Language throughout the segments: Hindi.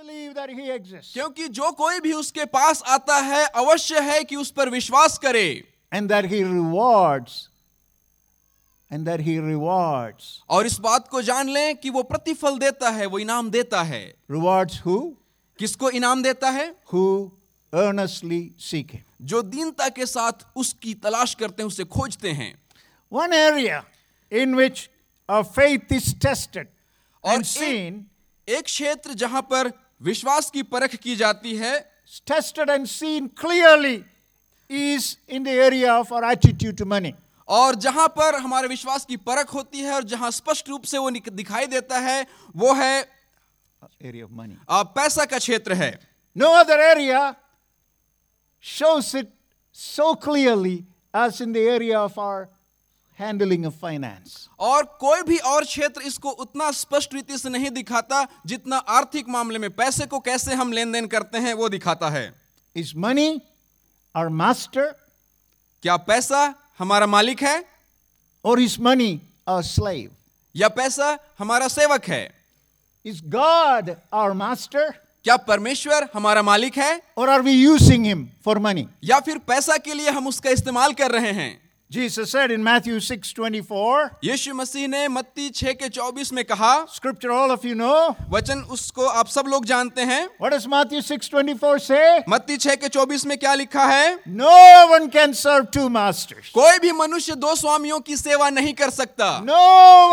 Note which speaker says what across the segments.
Speaker 1: whether he exists.
Speaker 2: क्योंकि जो कोई भी उसके पास आता है अवश्य है कि उस पर विश्वास करे
Speaker 1: And that he rewards. And that he rewards.
Speaker 2: और इस बात को जान लें कि वो प्रतिफल देता है वो इनाम देता है
Speaker 1: Rewards who?
Speaker 2: किसको इनाम देता है
Speaker 1: Who earnestly seek him.
Speaker 2: जो दीनता के साथ उसकी तलाश करते हैं उसे खोजते हैं
Speaker 1: One area in which our faith is tested
Speaker 2: और
Speaker 1: and
Speaker 2: एक-
Speaker 1: seen,
Speaker 2: एक क्षेत्र जहां पर विश्वास की परख की जाती है
Speaker 1: tested and seen clearly, is in the area of our attitude to money.
Speaker 2: और जहां पर हमारे विश्वास की परख होती है और जहां स्पष्ट रूप से वो निक- दिखाई देता है वो है
Speaker 1: Area of money.
Speaker 2: आ, पैसा का क्षेत्र है
Speaker 1: No other area shows it so clearly as in the area of our handling of finance.
Speaker 2: और कोई भी और क्षेत्र इसको उतना स्पष्ट रीति से नहीं दिखाता जितना आर्थिक मामले में पैसे को कैसे हम लेन देन करते हैं वो दिखाता है
Speaker 1: Is money our master
Speaker 2: क्या पैसा हमारा मालिक है
Speaker 1: or is money our slave?
Speaker 2: या पैसा हमारा सेवक है
Speaker 1: Is God our master
Speaker 2: क्या परमेश्वर हमारा मालिक है
Speaker 1: or are we using him for money?
Speaker 2: या फिर पैसा के लिए हम उसका इस्तेमाल कर रहे हैं
Speaker 1: Jesus said in Matthew 6:24,
Speaker 2: यीशु मसीह ने मत्ती 6 के 24 में कहा
Speaker 1: scripture all of you know.
Speaker 2: वचन उसको आप सब लोग जानते हैं
Speaker 1: What does Matthew 6:24 say?
Speaker 2: मत्ती 6 के 24 में क्या लिखा है
Speaker 1: No one can serve two masters.
Speaker 2: कोई भी मनुष्य दो स्वामियों की सेवा नहीं कर सकता
Speaker 1: No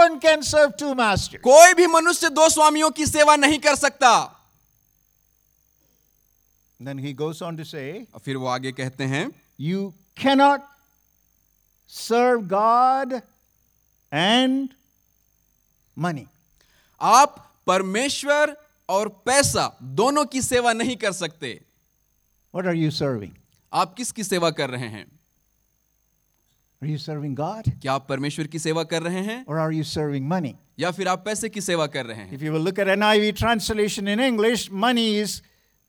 Speaker 1: one can serve two masters.
Speaker 2: कोई भी मनुष्य दो स्वामियों की सेवा नहीं कर सकता
Speaker 1: Then he goes on to say,
Speaker 2: और फिर वो आगे कहते हैं
Speaker 1: You cannot serve God and money.
Speaker 2: आप परमेश्वर और पैसा दोनों की सेवा नहीं कर सकते
Speaker 1: What are you serving?
Speaker 2: आप किसकी सेवा कर रहे हैं
Speaker 1: Are you serving God
Speaker 2: क्या आप परमेश्वर की सेवा कर रहे हैं
Speaker 1: or are you serving money?
Speaker 2: या फिर आप पैसे की सेवा कर रहे हैं
Speaker 1: If you will look at NIV translation in English, money is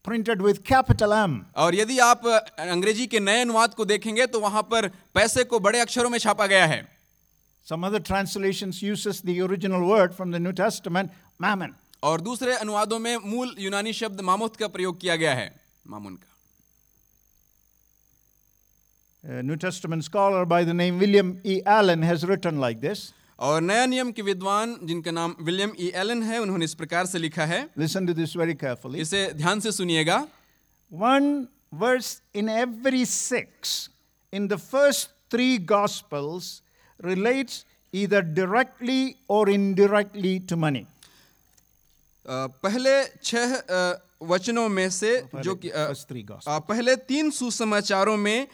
Speaker 1: printed with capital M.
Speaker 2: और यदि आप अ, अंग्रेजी के नए अनुवाद को देखेंगे तो वहां पर पैसे को बड़े अक्षरों में छापा गया है
Speaker 1: Some other translations uses the original word from the New Testament, mammon.
Speaker 2: और दूसरे अनुवादों में मूल यूनानी शब्द मामोथ का प्रयोग किया गया है मामुन का
Speaker 1: A New Testament scholar by the name William E. Allen has written like this.
Speaker 2: और नया नियम के विद्वान जिनका नाम विलियम ई एलन है उन्होंने इस प्रकार से लिखा है
Speaker 1: Listen to this very carefully.
Speaker 2: इसे ध्यान से सुनिएगा
Speaker 1: One verse in every six in the first three Gospels relates either directly or indirectly to money.
Speaker 2: अ, पहले छह अ, वचनों में से जो कि अ,
Speaker 1: First three Gospels.
Speaker 2: अ, पहले तीन सुसमाचारों में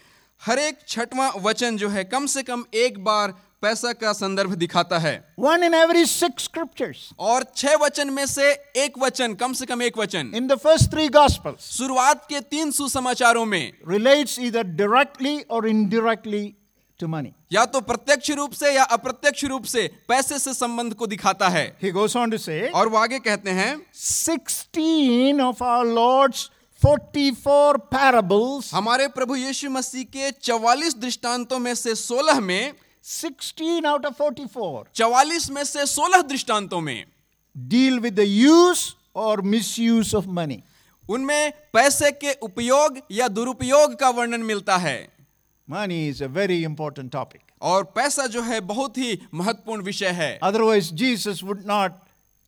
Speaker 2: हर एक छठवां वचन जो है कम से कम एक बार पैसा का संदर्भ दिखाता है
Speaker 1: One in every six scriptures
Speaker 2: और छह वचन में से एक वचन कम से कम एक वचन
Speaker 1: in the first three Gospels
Speaker 2: शुरुआत के तीन सुसमाचारों में
Speaker 1: relates either directly or indirectly to money.
Speaker 2: या तो प्रत्यक्ष रूप से या अप्रत्यक्ष रूप से पैसे से संबंध को दिखाता है
Speaker 1: He goes on to say
Speaker 2: और वो आगे कहते हैं
Speaker 1: 16 of our Lord's 44 parables,
Speaker 2: हमारे प्रभु यीशु मसीह के 44 दृष्टांतों में से 16 में
Speaker 1: 16 out of 44
Speaker 2: 44 में से 16 दृष्टांतों में
Speaker 1: deal with the use or misuse of money.
Speaker 2: उनमें पैसे के उपयोग या दुरुपयोग का वर्णन मिलता है
Speaker 1: Money is a very important topic.
Speaker 2: और पैसा जो है बहुत ही महत्वपूर्ण विषय है
Speaker 1: Otherwise, Jesus would not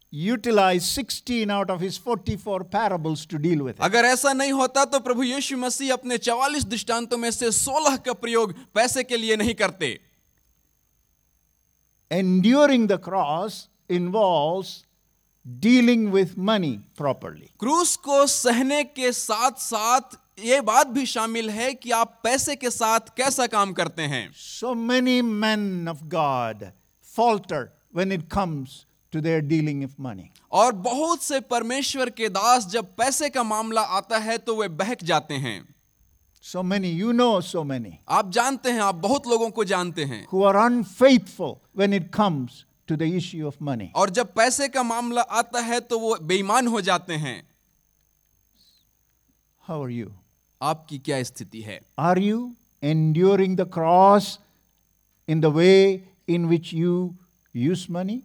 Speaker 1: utilize 16 out of his 44 parables to deal with it.
Speaker 2: अगर ऐसा नहीं होता तो प्रभु यीशु मसीह अपने 44 दृष्टांतों में से 16 का प्रयोग पैसे के लिए नहीं करते
Speaker 1: Enduring the cross involves dealing with money properly.
Speaker 2: क्रूस को सहने के साथ साथ ये बात भी शामिल है कि आप पैसे के साथ कैसा काम करते हैं
Speaker 1: So many men of God falter when it comes to their dealing with money.
Speaker 2: और बहुत से परमेश्वर के दास जब पैसे का मामला आता है तो वे बहक जाते हैं
Speaker 1: So many, you know, so many
Speaker 2: आप जानते हैं आप बहुत लोगों को जानते हैं
Speaker 1: who are unfaithful when it comes to the issue of money.
Speaker 2: और जब पैसे का मामला आता है तो वो बेईमान हो जाते हैं
Speaker 1: How are you?
Speaker 2: आपकी क्या स्थिति है
Speaker 1: Are you enduring the cross in the way in which you use money?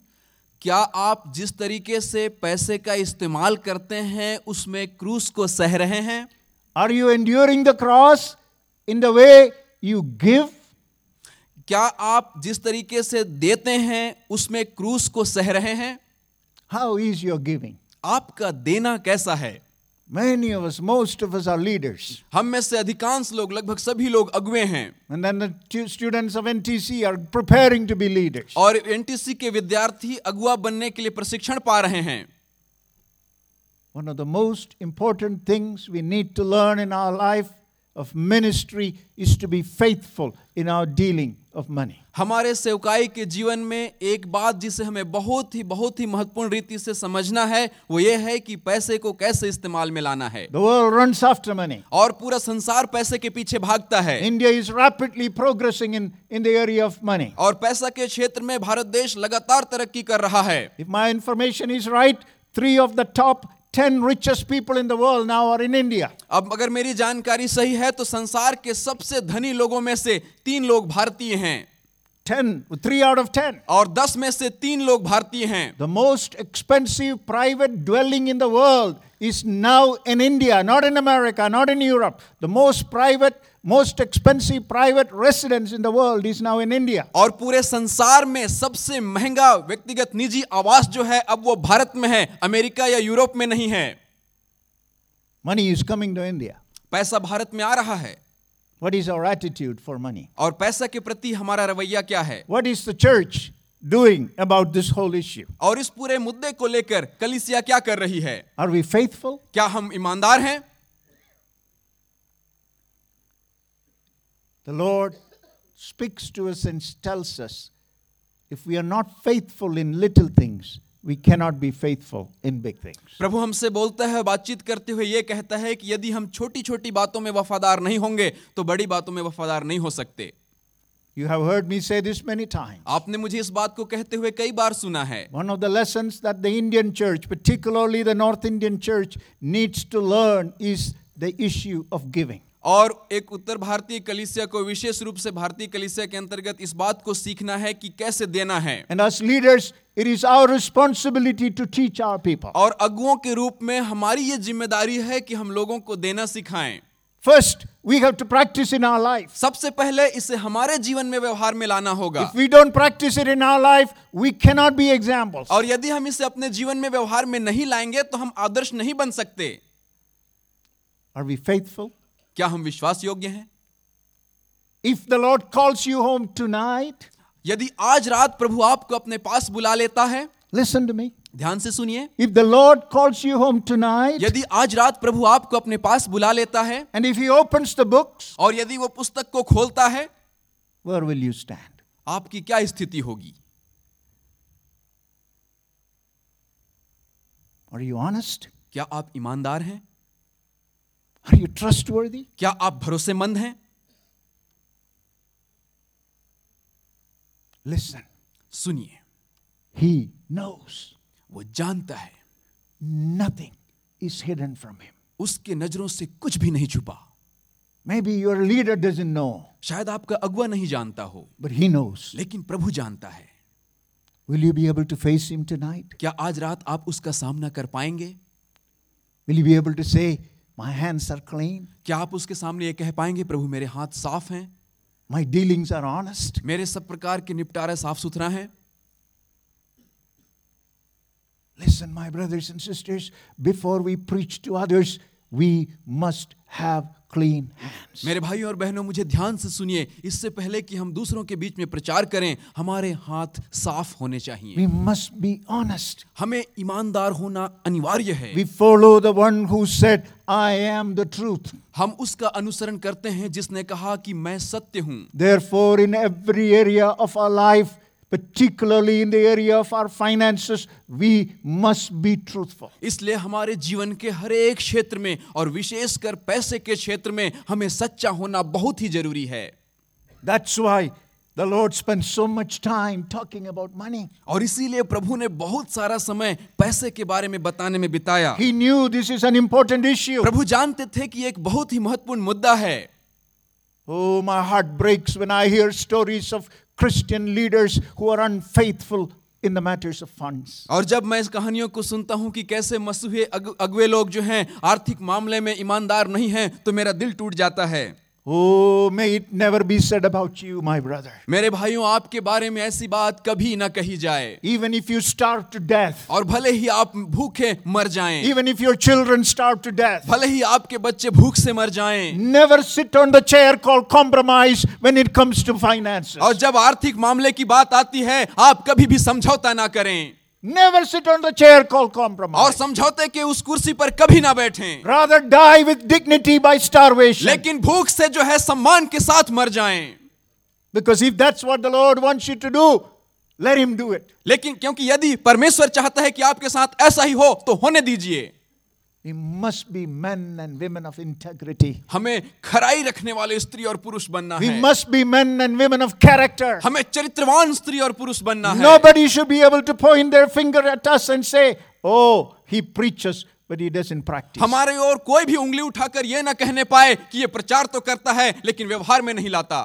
Speaker 2: क्या आप जिस तरीके से पैसे का इस्तेमाल करते हैं उसमें क्रूस को सह रहे हैं
Speaker 1: Are you enduring the cross in the way you give?
Speaker 2: क्या आप जिस तरीके से देते हैं उसमें क्रूस को सह रहे हैं
Speaker 1: How is your giving?
Speaker 2: आपका देना कैसा है
Speaker 1: Many of us, most of us are leaders.
Speaker 2: हम में से अधिकांश लोग लगभग सभी लोग अगुए हैं
Speaker 1: And then the tu- students of NTC are preparing to be leaders.
Speaker 2: और एनटीसी के विद्यार्थी अगुआ बनने के लिए प्रशिक्षण पा रहे हैं
Speaker 1: One of the most important things we need to learn in our life of ministry is to be faithful in our dealing of money.
Speaker 2: हमारे सेवकाई के जीवन में एक बात जिसे हमें बहुत ही बहुत ही महत्वपूर्ण रीति से समझना है वो ये है कि पैसे को कैसे इस्तेमाल में लाना है
Speaker 1: The world runs after money.
Speaker 2: और पूरा संसार पैसे के पीछे भागता है
Speaker 1: India is rapidly progressing in, in the area of money.
Speaker 2: और पैसा के क्षेत्र में भारत देश लगातार तरक्की कर रहा है
Speaker 1: If my information is right, three of the top 10 richest people in the world now are in India.
Speaker 2: अब अगर मेरी जानकारी सही है तो संसार के सबसे धनी लोगों में से तीन लोग भारतीय हैं
Speaker 1: 10, 3 out of 10.
Speaker 2: और दस में से तीन लोग भारतीय हैं
Speaker 1: The most expensive private dwelling in the world is now in India, not in America, not in Europe. The most private, most expensive private residence in the world is now in India.
Speaker 2: और पूरे संसार में सबसे महंगा व्यक्तिगत निजी आवास जो है अब वो भारत में है अमेरिका या यूरोप में नहीं है
Speaker 1: Money is coming to India.
Speaker 2: पैसा भारत में आ रहा है
Speaker 1: What is our attitude for money?
Speaker 2: और पैसा के प्रति हमारा रवैया क्या है
Speaker 1: What is the church doing about this whole issue?
Speaker 2: और इस पूरे मुद्दे को लेकर कलिसिया क्या कर रही है
Speaker 1: Are we faithful?
Speaker 2: क्या हम ईमानदार हैं
Speaker 1: The Lord speaks to us and tells us if we are not faithful in little things, we cannot be faithful in big things.
Speaker 2: प्रभु हमसे बोलता है बातचीत करते हुए ये कहता है कि यदि हम छोटी छोटी बातों में वफादार नहीं होंगे तो बड़ी बातों में वफादार नहीं हो सकते
Speaker 1: You have heard me say this many times.
Speaker 2: आपने मुझे इस बात को कहते हुए कई बार सुना है
Speaker 1: One of the lessons that the Indian church, particularly the North Indian church, needs to learn is the issue of giving.
Speaker 2: और एक उत्तर भारतीय कलिसिया को विशेष रूप से भारतीय कलिसिया के अंतर्गत इस बात को सीखना है कि कैसे देना है
Speaker 1: And as leaders, it is our responsibility to teach our people.
Speaker 2: और अगुओं के रूप में हमारी ये जिम्मेदारी है कि हम लोगों को देना सिखाएं
Speaker 1: First, we have to practice in our life.
Speaker 2: सबसे पहले इसे हमारे जीवन में व्यवहार में लाना होगा
Speaker 1: If we don't practice it in our life, we cannot be examples.
Speaker 2: और यदि हम इसे अपने जीवन में व्यवहार में नहीं लाएंगे तो हम आदर्श नहीं बन सकते
Speaker 1: Are we faithful?
Speaker 2: क्या हम विश्वास योग्य हैं
Speaker 1: If the Lord calls you home tonight,
Speaker 2: यदि आज रात प्रभु आपको अपने पास बुला लेता है
Speaker 1: listen to me.
Speaker 2: ध्यान से सुनिए
Speaker 1: If the Lord calls you home tonight,
Speaker 2: यदि आज रात प्रभु आपको अपने पास बुला लेता है
Speaker 1: and if He opens the books,
Speaker 2: और यदि वो पुस्तक को खोलता है
Speaker 1: where will you stand?
Speaker 2: आपकी क्या स्थिति होगी
Speaker 1: Are you honest?
Speaker 2: क्या आप ईमानदार हैं
Speaker 1: Are you trustworthy?
Speaker 2: क्या आप भरोसेमंद हैं
Speaker 1: Listen,
Speaker 2: सुनिए
Speaker 1: He knows.
Speaker 2: वो जानता है
Speaker 1: Nothing is hidden from Him.
Speaker 2: उसके नजरों से कुछ भी नहीं छुपा
Speaker 1: Maybe your leader doesn't know,
Speaker 2: शायद आपका अगुआ नहीं जानता हो
Speaker 1: but He knows.
Speaker 2: लेकिन प्रभु जानता है
Speaker 1: Will you be able to face Him tonight?
Speaker 2: क्या आज रात आप उसका सामना कर पाएंगे
Speaker 1: Will you be able to say, My hands are clean,
Speaker 2: क्या आप उसके सामने ये कह पाएंगे प्रभु मेरे हाथ साफ हैं
Speaker 1: my dealings are honest?
Speaker 2: मेरे सब प्रकार के निपटारा साफ सुथरा है
Speaker 1: Listen, my brothers and sisters, before we preach to others, we must have clean hands.
Speaker 2: मेरे भाइयों और बहनों मुझे ध्यान से सुनिए इससे पहले कि हम दूसरों के बीच में प्रचार करें हमारे हाथ साफ होने चाहिए
Speaker 1: We must be honest.
Speaker 2: हमें ईमानदार होना अनिवार्य है
Speaker 1: We follow the one who said, I am the truth.
Speaker 2: हम उसका अनुसरण करते हैं जिसने कहा कि मैं सत्य हूँ
Speaker 1: Therefore, in every area of our life, particularly in the area of our finances, we must be truthful.
Speaker 2: इसलिए हमारे जीवन के हर एक क्षेत्र में और विशेषकर पैसे के क्षेत्र में हमें सच्चा होना बहुत ही जरूरी है
Speaker 1: That's why the Lord spends so much time talking about money.
Speaker 2: और इसीलिए प्रभु ने बहुत सारा समय पैसे के बारे में बताने में बिताया
Speaker 1: He knew this is an important issue.
Speaker 2: प्रभु जानते थे कि ये एक बहुत ही महत्वपूर्ण मुद्दा है
Speaker 1: Oh, my heart breaks when I hear stories of Christian leaders who are unfaithful in the matters of funds.
Speaker 2: और जब मैं इस कहानियों को सुनता हूँ कि कैसे मसूहे अग, अगवे लोग जो हैं आर्थिक मामले में ईमानदार नहीं हैं तो मेरा दिल टूट जाता है
Speaker 1: Oh, may it never be said about you, my brother.
Speaker 2: मेरे भाइयों आपके बारे में ऐसी बात कभी ना कही जाए
Speaker 1: Even if you starve to death,
Speaker 2: और भले ही आप भूखे मर जाएं
Speaker 1: even if your children starve to death,
Speaker 2: भले ही आपके बच्चे भूख से मर जाएं
Speaker 1: never sit on the chair called compromise when it comes to finances.
Speaker 2: और जब आर्थिक मामले की बात आती है आप कभी भी समझौता ना करें
Speaker 1: Never sit on the chair called
Speaker 2: और
Speaker 1: compromise.
Speaker 2: समझौते के उस कुर्सी पर कभी ना बैठें
Speaker 1: Rather die with dignity by starvation.
Speaker 2: लेकिन भूख से जो है सम्मान के साथ मर जाएं
Speaker 1: Because if that's what the Lord wants you to do, let Him do it.
Speaker 2: लेकिन क्योंकि यदि परमेश्वर चाहता है कि आपके साथ ऐसा ही हो तो होने दीजिए
Speaker 1: We must be men and women of integrity.
Speaker 2: हमें खराई रखने वाले स्त्री और पुरुष बनना
Speaker 1: We
Speaker 2: है
Speaker 1: must be men and women of character.
Speaker 2: हमें चरित्रवान स्त्री और पुरुष बनना है
Speaker 1: Nobody should be able to point their finger at us and say, Oh, he preaches, but he doesn't practice.
Speaker 2: हमारे और कोई भी उंगली उठाकर यह ना कहने पाए कि ये प्रचार तो करता है लेकिन व्यवहार में नहीं लाता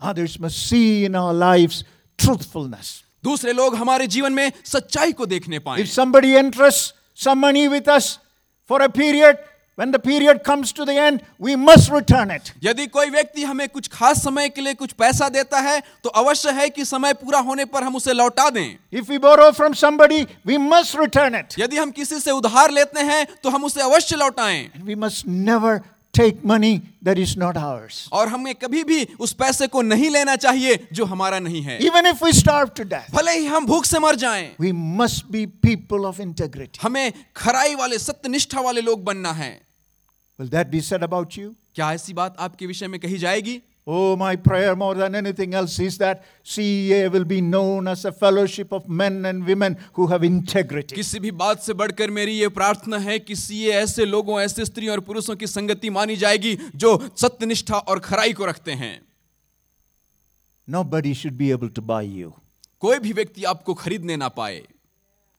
Speaker 1: Others must see in our lives truthfulness.
Speaker 2: दूसरे लोग हमारे जीवन में सच्चाई को देखने पाए
Speaker 1: If somebody entrusts some money with us for a period, when the period comes to the end, we must return it.
Speaker 2: यदि कोई व्यक्ति हमें कुछ खास समय के लिए कुछ पैसा देता है तो अवश्य है कि समय पूरा होने पर हम उसे लौटा दें
Speaker 1: If we borrow from somebody, we must return it.
Speaker 2: यदि हम किसी से उधार लेते हैं तो हम उसे अवश्य लौटाएं
Speaker 1: And we must never take money that is not ours.
Speaker 2: और हमें कभी भी उस पैसे को नहीं लेना चाहिए जो हमारा नहीं है
Speaker 1: Even if we starve to death,
Speaker 2: भले ही हम भूख से मर जाएं
Speaker 1: we must be people of integrity.
Speaker 2: हमें खराई वाले सत्यनिष्ठा वाले लोग बनना है
Speaker 1: Will that be said about you?
Speaker 2: क्या ऐसी बात आपके विषय में कही जाएगी
Speaker 1: Oh, my prayer more than anything else is that CEA will be known as a fellowship of men and women who have integrity.
Speaker 2: किसी भी बात से बढ़कर मेरी ये प्रार्थना है कि सीए ऐसे लोगों ऐसे स्त्रियों और पुरुषों की संगति मानी जाएगी जो सत्यनिष्ठा और खराई को रखते हैं
Speaker 1: Nobody should be able to buy you.
Speaker 2: कोई भी व्यक्ति आपको खरीदने ना पाए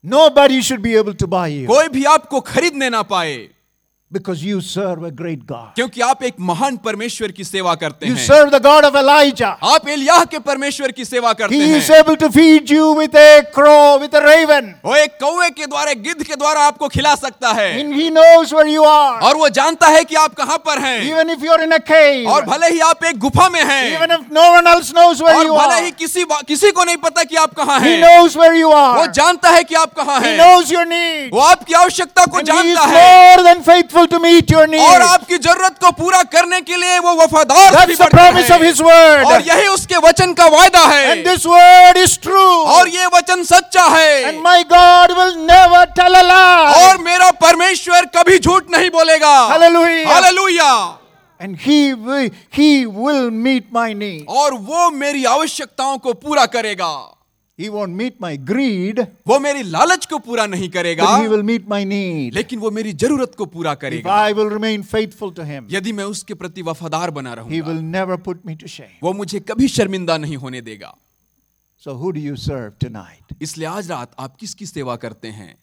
Speaker 1: Nobody should be able to buy you
Speaker 2: कोई भी आपको खरीदने ना पाए
Speaker 1: because you serve a great God.
Speaker 2: क्योंकि आप एक महान परमेश्वर की सेवा करते
Speaker 1: You
Speaker 2: हैं
Speaker 1: serve the God of Elijah.
Speaker 2: आप एलियाह के परमेश्वर की सेवा करते
Speaker 1: He is
Speaker 2: हैं
Speaker 1: able to feed you with a crow, with a raven.
Speaker 2: वो एक कौवे के द्वारा गिद्ध के द्वारा आपको खिला सकता है
Speaker 1: And He knows where you are.
Speaker 2: और वो जानता है कि आप कहाँ पर हैं
Speaker 1: Even if you're in a cave,
Speaker 2: और भले ही आप एक गुफा में हैं
Speaker 1: even if no one else knows where
Speaker 2: और
Speaker 1: you
Speaker 2: भले
Speaker 1: are,
Speaker 2: ही किसी बा- किसी को नहीं पता कि आप कहाँ
Speaker 1: He
Speaker 2: हैं
Speaker 1: knows where you
Speaker 2: वो
Speaker 1: are.
Speaker 2: जानता है कि आप कहाँ
Speaker 1: He
Speaker 2: हैं
Speaker 1: knows your needs.
Speaker 2: वो आपकी आवश्यकता को
Speaker 1: And He is
Speaker 2: जानता है
Speaker 1: more than faithful to meet your needs.
Speaker 2: और आपकी जरूरत को पूरा करने के लिए वो वफादार
Speaker 1: That's
Speaker 2: भी
Speaker 1: the
Speaker 2: बनता
Speaker 1: promise
Speaker 2: है।
Speaker 1: of His word.
Speaker 2: और यही उसके वचन का वायदा
Speaker 1: And
Speaker 2: है
Speaker 1: this word is true.
Speaker 2: और ये वचन सच्चा है
Speaker 1: And my God will never tell a lie.
Speaker 2: और मेरा परमेश्वर कभी झूठ नहीं बोलेगा
Speaker 1: Hallelujah.
Speaker 2: Hallelujah
Speaker 1: And He will, He will meet my need.
Speaker 2: और वो मेरी आवश्यकताओं को पूरा करेगा
Speaker 1: He won't meet my greed,
Speaker 2: वो मेरी लालच को पूरा नहीं करेगा
Speaker 1: but He will meet my need.
Speaker 2: लेकिन वो मेरी जरूरत को पूरा
Speaker 1: If
Speaker 2: करेगा
Speaker 1: I will remain faithful to Him,
Speaker 2: यदि मैं उसके प्रति वफादार बना
Speaker 1: He
Speaker 2: रहूंगा
Speaker 1: will never put me to shame.
Speaker 2: वो मुझे कभी शर्मिंदा नहीं होने देगा
Speaker 1: So, who do you serve tonight?
Speaker 2: इसलिए आज रात आप किसकी सेवा करते हैं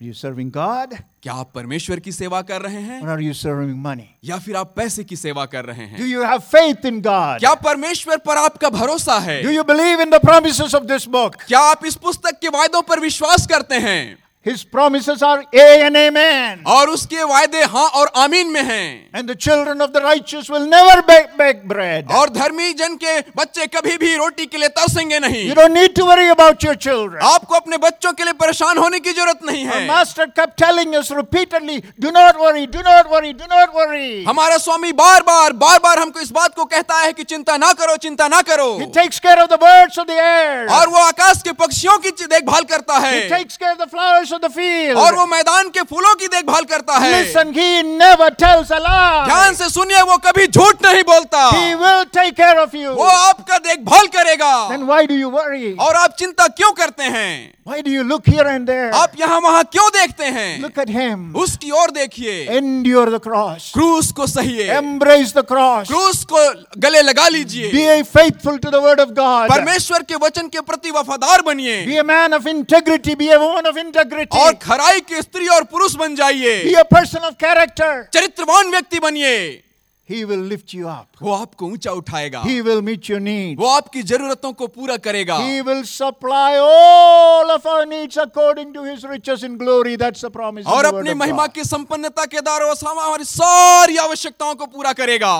Speaker 1: Are you serving God
Speaker 2: क्या आप परमेश्वर की सेवा कर रहे हैं
Speaker 1: or are you serving money?
Speaker 2: या फिर आप पैसे की सेवा कर रहे
Speaker 1: Do
Speaker 2: हैं
Speaker 1: you have faith in God?
Speaker 2: क्या परमेश्वर पर आपका भरोसा है
Speaker 1: Do you believe in the promises of this book?
Speaker 2: क्या आप इस पुस्तक के वायदों पर विश्वास करते हैं
Speaker 1: His promises are A and Amen.
Speaker 2: और उसके वायदे हाँ और आमीन में हैं
Speaker 1: And the children of the righteous will never bake, bake bread.
Speaker 2: और धर्मी जन के बच्चे कभी भी रोटी के लिए तरसेंगे नहीं
Speaker 1: You don't need to worry about your children.
Speaker 2: आपको अपने बच्चों के लिए परेशान होने की जरूरत नहीं
Speaker 1: Our
Speaker 2: है
Speaker 1: master kept telling us repeatedly do not worry, do not worry, do not worry.
Speaker 2: हमारा स्वामी बार बार बार बार हमको इस बात को कहता है कि चिंता ना करो चिंता ना करो
Speaker 1: He takes care of the birds of the air,
Speaker 2: और वो आकाश के पक्षियों की देखभाल करता
Speaker 1: He
Speaker 2: है
Speaker 1: takes care of the flowers of the field.
Speaker 2: और वो मैदान के फूलों की देखभाल करता है
Speaker 1: Listen, He never tells a lie.
Speaker 2: ध्यान से सुनिए वो कभी झूठ नहीं बोलता
Speaker 1: He will take care of you.
Speaker 2: वो आपका देखभाल करेगा
Speaker 1: Then why do you worry?
Speaker 2: और आप चिंता क्यों करते हैं
Speaker 1: Why do you look here and there?
Speaker 2: आप यहाँ वहाँ क्यों देखते हैं
Speaker 1: Look at him.
Speaker 2: उसकी ओर देखिए
Speaker 1: Endure the cross.
Speaker 2: क्रूस को सहिए
Speaker 1: Embrace the cross.
Speaker 2: क्रूस को गले लगा लीजिए
Speaker 1: Be faithful to the word of God.
Speaker 2: परमेश्वर के वचन के प्रति वफादार बनिए
Speaker 1: Be a man of integrity. Be a woman of integrity.
Speaker 2: और खराई के स्त्री और पुरुष बन जाइए
Speaker 1: Be a person of character.
Speaker 2: चरित्रवान व्यक्ति बनिए
Speaker 1: He will lift you up.
Speaker 2: वो आपको ऊंचा उठाएगा
Speaker 1: He will meet your needs.
Speaker 2: वो आपकी जरूरतों को पूरा करेगा
Speaker 1: He will supply all of our needs according to his riches in glory. That's the promise. in
Speaker 2: और
Speaker 1: the Word
Speaker 2: अपनी
Speaker 1: of
Speaker 2: महिमा
Speaker 1: God.
Speaker 2: की संपन्नता के द्वारा वो सामा हमारी सारी आवश्यकताओं को पूरा करेगा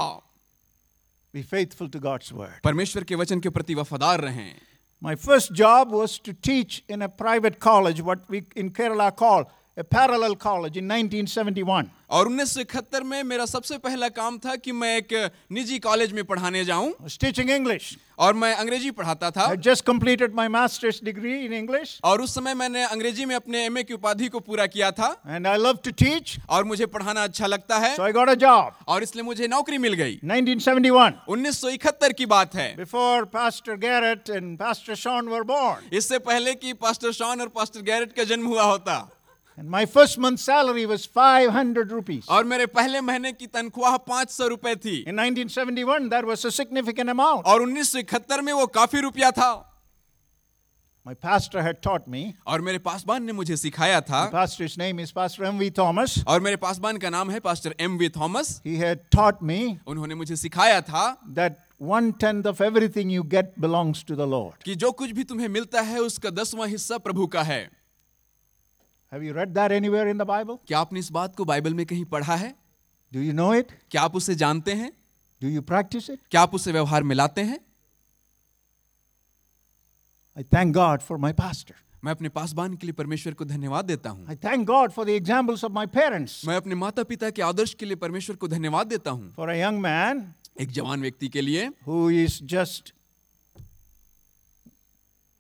Speaker 1: Be faithful to God's word.
Speaker 2: परमेश्वर के वचन के प्रति वफादार रहें
Speaker 1: My first job was to teach in a private college, what we in Kerala call a parallel college in 1971.
Speaker 2: और उन्नीस सौ इकहत्तर में मेरा सबसे पहला काम था कि मैं एक निजी कॉलेज में पढ़ाने जाऊं
Speaker 1: I was teaching English.
Speaker 2: और मैं अंग्रेजी पढ़ाता था
Speaker 1: I had just completed my master's degree in English,
Speaker 2: और उस समय मैंने अंग्रेजी में अपने एमए की उपाधि को पूरा किया था
Speaker 1: and I love to teach,
Speaker 2: और मुझे पढ़ाना अच्छा लगता है
Speaker 1: so I got a job.
Speaker 2: और इसलिए मुझे नौकरी मिल गई
Speaker 1: 1971,
Speaker 2: 1971 की बात है
Speaker 1: before Pastor Garrett and Pastor Sean were born.
Speaker 2: इससे पहले कि पास्टर शॉन और पास्टर गैरेट का जन्म हुआ होता
Speaker 1: And my first month's salary was 500 rupees.
Speaker 2: और मेरे पहले महीने की तनख्वाह पाँच सौ रुपए थी
Speaker 1: In 1971, that was a significant amount.
Speaker 2: और 1971 में वो काफी रुपया था
Speaker 1: My pastor had taught me.
Speaker 2: और मेरे पासवान ने मुझे सिखाया था
Speaker 1: The pastor's name is Pastor M.V. Thomas.
Speaker 2: और मेरे पासवान का नाम है pastor M V Thomas
Speaker 1: He had taught me
Speaker 2: उन्होंने मुझे सिखाया था
Speaker 1: that one tenth of everything you get belongs to the Lord.
Speaker 2: कि जो कुछ भी तुम्हें मिलता है उसका दसवां हिस्सा प्रभु का है
Speaker 1: Have you read that anywhere in the Bible?
Speaker 2: क्या आपने इस बात को बाइबल में कहीं पढ़ा है
Speaker 1: Do you know it?
Speaker 2: क्या आप उसे जानते हैं
Speaker 1: Do you practice it?
Speaker 2: क्या आप उसे व्यवहार में लाते हैं
Speaker 1: I thank God for my pastor.
Speaker 2: मैं अपने पासवान के लिए परमेश्वर को धन्यवाद देता हूँ
Speaker 1: I thank God for the examples of my parents.
Speaker 2: मैं अपने माता पिता के आदर्श के लिए परमेश्वर को धन्यवाद देता हूँ
Speaker 1: For a young man
Speaker 2: एक जवान व्यक्ति के लिए
Speaker 1: who is just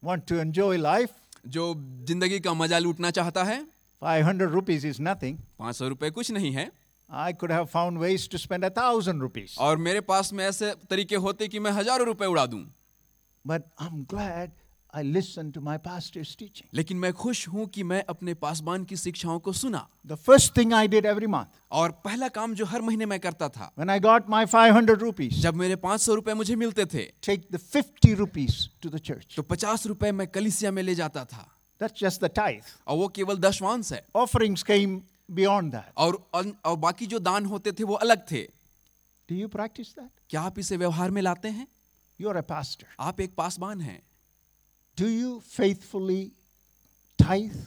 Speaker 1: want to enjoy life,
Speaker 2: जो जिंदगी का मजा लूटना चाहता है
Speaker 1: 500 rupees is nothing.
Speaker 2: पाँच सौ रुपये कुछ नहीं है
Speaker 1: I could have found ways to spend a thousand rupees.
Speaker 2: और मेरे पास में ऐसे तरीके होते कि मैं हजारों रुपए उड़ा दूं
Speaker 1: But I'm glad I listened to my pastor's teaching.
Speaker 2: लेकिन मैं खुश हूं कि मैं अपने पासवान की शिक्षाओं को सुना
Speaker 1: The first thing I did every month,
Speaker 2: और पहला काम जो हर महीने मैं करता था
Speaker 1: when I got my 500 rupees,
Speaker 2: जब मेरे पाँच सौ रुपये मुझे मिलते थे
Speaker 1: take the 50 rupees to the church.
Speaker 2: तो पचास रुपये मैं कलिसिया में ले जाता था
Speaker 1: That's just the tithe.
Speaker 2: और वो केवल दशवांश है
Speaker 1: Offerings came beyond that.
Speaker 2: और और बाकी जो दान होते थे वो अलग थे
Speaker 1: Do you practice that?
Speaker 2: क्या आप इसे व्यवहार में लाते हैं
Speaker 1: You're a pastor.
Speaker 2: आप एक पासवान हैं
Speaker 1: Do you faithfully tithe?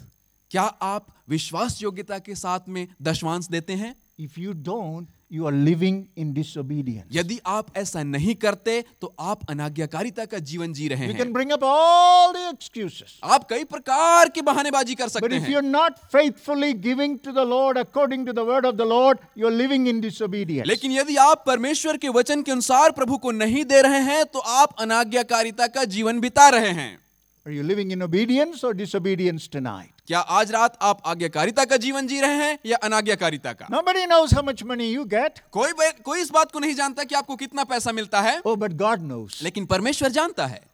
Speaker 2: क्या आप विश्वास योग्यता के साथ में दशवांश देते हैं
Speaker 1: If you don't, you are living in disobedience.
Speaker 2: यदि आप ऐसा नहीं करते तो आप अनाज्ञाकारिता का जीवन जी रहे
Speaker 1: You
Speaker 2: हैं
Speaker 1: can bring up all the excuses.
Speaker 2: आप कई प्रकार की बहानेबाजी कर
Speaker 1: But
Speaker 2: सकते
Speaker 1: if
Speaker 2: हैं
Speaker 1: you're not faithfully giving to the Lord according to the word of the Lord, you're living in disobedience.
Speaker 2: लेकिन यदि आप परमेश्वर के वचन के अनुसार प्रभु को नहीं दे रहे हैं तो आप अनाज्ञाकारिता का जीवन बिता रहे हैं
Speaker 1: Are you living in obedience or disobedience tonight?
Speaker 2: क्या आज रात आप आज्ञाकारिता का जीवन जी रहे हैं या अनाज्ञाकारिता का
Speaker 1: Nobody knows how much money you get.
Speaker 2: कोई बे- कोई इस बात को नहीं जानता कि आपको कितना पैसा मिलता है
Speaker 1: Oh, but God knows.
Speaker 2: लेकिन परमेश्वर जानता है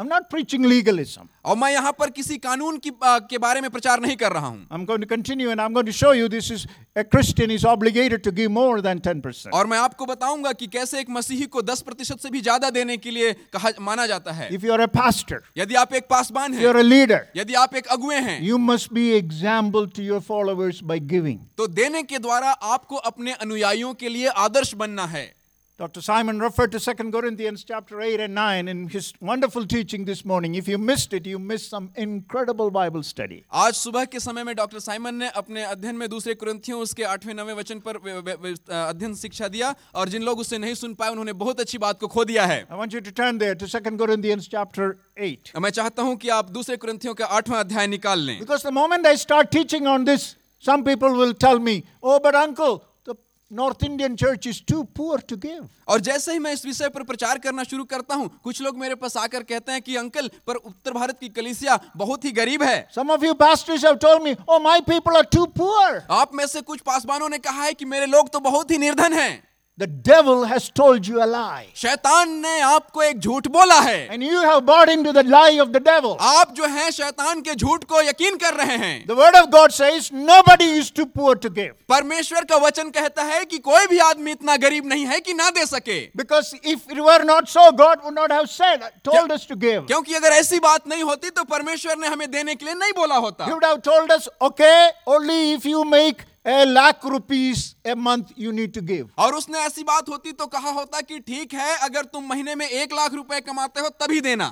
Speaker 1: I'm not preaching legalism.
Speaker 2: और मैं यहाँ पर किसी कानून की आ, के बारे में प्रचार नहीं कर रहा हूँ
Speaker 1: I'm going to continue and I'm going to show you this is a Christian is obligated to give more than 10%.
Speaker 2: और मैं आपको बताऊंगा कि कैसे एक मसीही को 10 प्रतिशत से भी ज्यादा देने के लिए कहा माना जाता है
Speaker 1: If you're a pastor,
Speaker 2: यदि आप एक पासवान
Speaker 1: if you're
Speaker 2: हैं
Speaker 1: a leader,
Speaker 2: यदि आप एक अगुए हैं
Speaker 1: you must be example to your followers by giving.
Speaker 2: तो देने के द्वारा आपको अपने अनुयायियों के लिए आदर्श बनना है
Speaker 1: Dr. Simon referred to 2 Corinthians chapter 8 and 9 in his wonderful teaching this morning. If you missed it, you missed some incredible Bible study.
Speaker 2: आज सुबह के समय में डॉक्टर साइमन ने अपने अध्ययन में दूसरे क्रंथियों उसके आठवें नवें वचन पर वे- वे- वे- अध्ययन शिक्षा दिया और जिन लोग उसे नहीं सुन पाए उन्होंने बहुत अच्छी बात को खो दिया है
Speaker 1: I want you to turn there to 2 Corinthians chapter 8.
Speaker 2: मैं चाहता हूं कि आप दूसरे क्रंथियों का आठवां अध्याय निकाल लें
Speaker 1: Because the moment I start teaching on this, some people will tell me, oh, but uncle, the North Indian church is too poor to give.
Speaker 2: और जैसे ही मैं इस विषय पर प्रचार करना शुरू करता हूं कुछ लोग मेरे पास आकर कहते हैं कि अंकल पर उत्तर भारत की कलिसिया बहुत ही गरीब है
Speaker 1: Some of you pastors have told me, oh, my people are too poor.
Speaker 2: आप में से कुछ पासवानों ने कहा है कि मेरे लोग तो बहुत ही निर्धन हैं
Speaker 1: The devil has told you a lie.
Speaker 2: शैतान ने आपको एक झूठ बोला है
Speaker 1: And you have bought into the lie of the devil.
Speaker 2: आप जो हैं शैतान के झूठ को यकीन कर रहे हैं
Speaker 1: The word of God says, nobody is too poor to give.
Speaker 2: परमेश्वर का वचन कहता है कि कोई भी आदमी इतना गरीब नहीं है कि ना दे सके
Speaker 1: Because if it were not so, God would not have said, told
Speaker 2: Yeah.
Speaker 1: us to give.
Speaker 2: क्योंकि अगर ऐसी बात नहीं होती तो परमेश्वर ने हमें देने के लिए नहीं बोला होता
Speaker 1: He would have told us, okay, only if you make a lakh rupees a month you need to give.
Speaker 2: और उसने ऐसी बात होती तो कहा होता कि ठीक है अगर तुम महीने में एक लाख रुपए कमाते हो तभी देना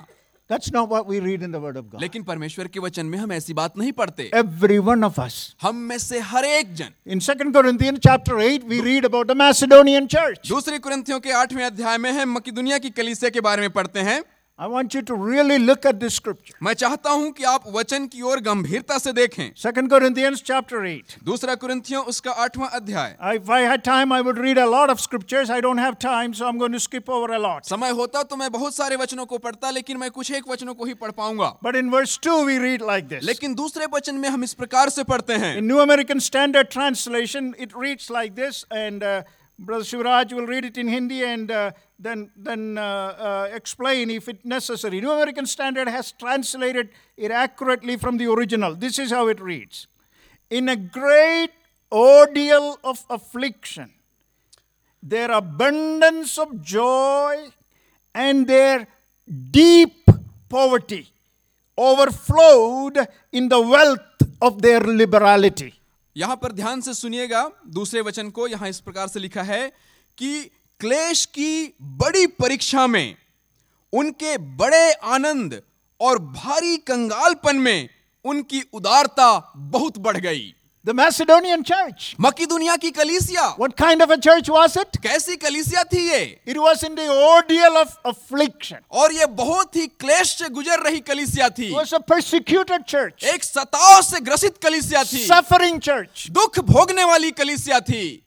Speaker 1: That's not what we read in the Word of God.
Speaker 2: लेकिन परमेश्वर के वचन में हम ऐसी बात नहीं पढ़ते
Speaker 1: Every one of us.
Speaker 2: हम में से हर एक जन
Speaker 1: In 2 Corinthians chapter 8, we read about the Macedonian church.
Speaker 2: दूसरे कुरिन्थियों के आठवें अध्याय में हम मकिदुनिया की कलीसिया के बारे में पढ़ते हैं
Speaker 1: I want you to really look at this scripture.
Speaker 2: मैं चाहता हूं कि आप वचन की ओर गंभीरता से देखें
Speaker 1: 2 Corinthians chapter 8.
Speaker 2: दूसरा कुरिन्थियों उसका आठवां अध्याय
Speaker 1: I- If I had time, I would read a lot of scriptures. I don't have time, so I'm going to skip over a lot.
Speaker 2: समय होता तो मैं बहुत सारे वचनों को पढ़ता लेकिन मैं कुछ एक वचनों को ही पढ़ पाऊंगा
Speaker 1: But in verse 2, we read like this.
Speaker 2: लेकिन दूसरे वचन में हम इस प्रकार से पढ़ते हैं
Speaker 1: In New American Standard Translation, it reads like this, and uh, Brother Shivraj will read it in Hindi and uh, then, then uh, uh, explain if it necessary. New American Standard has translated it accurately from the original. This is how it reads In a great ordeal of affliction, their abundance of joy and their deep poverty overflowed in the wealth of their liberality.
Speaker 2: यहाँ पर ध्यान से सुनिएगा दूसरे वचन को यहाँ इस प्रकार से लिखा है कि क्लेश की बड़ी परीक्षा में उनके बड़े आनंद और भारी कंगालपन में उनकी उदारता बहुत बढ़ गई
Speaker 1: The Macedonian church.
Speaker 2: मकी दुनिया की कलीसिया
Speaker 1: What kind of a church was it?
Speaker 2: कैसी कलीसिया थी ये
Speaker 1: It was in the ordeal of affliction.
Speaker 2: और ये बहुत ही क्लेश से गुजर रही कलीसिया थी
Speaker 1: It was a persecuted church,
Speaker 2: एक सताव से ग्रसित कलीसिया थी
Speaker 1: suffering church.
Speaker 2: दुख भोगने वाली कलीसिया थी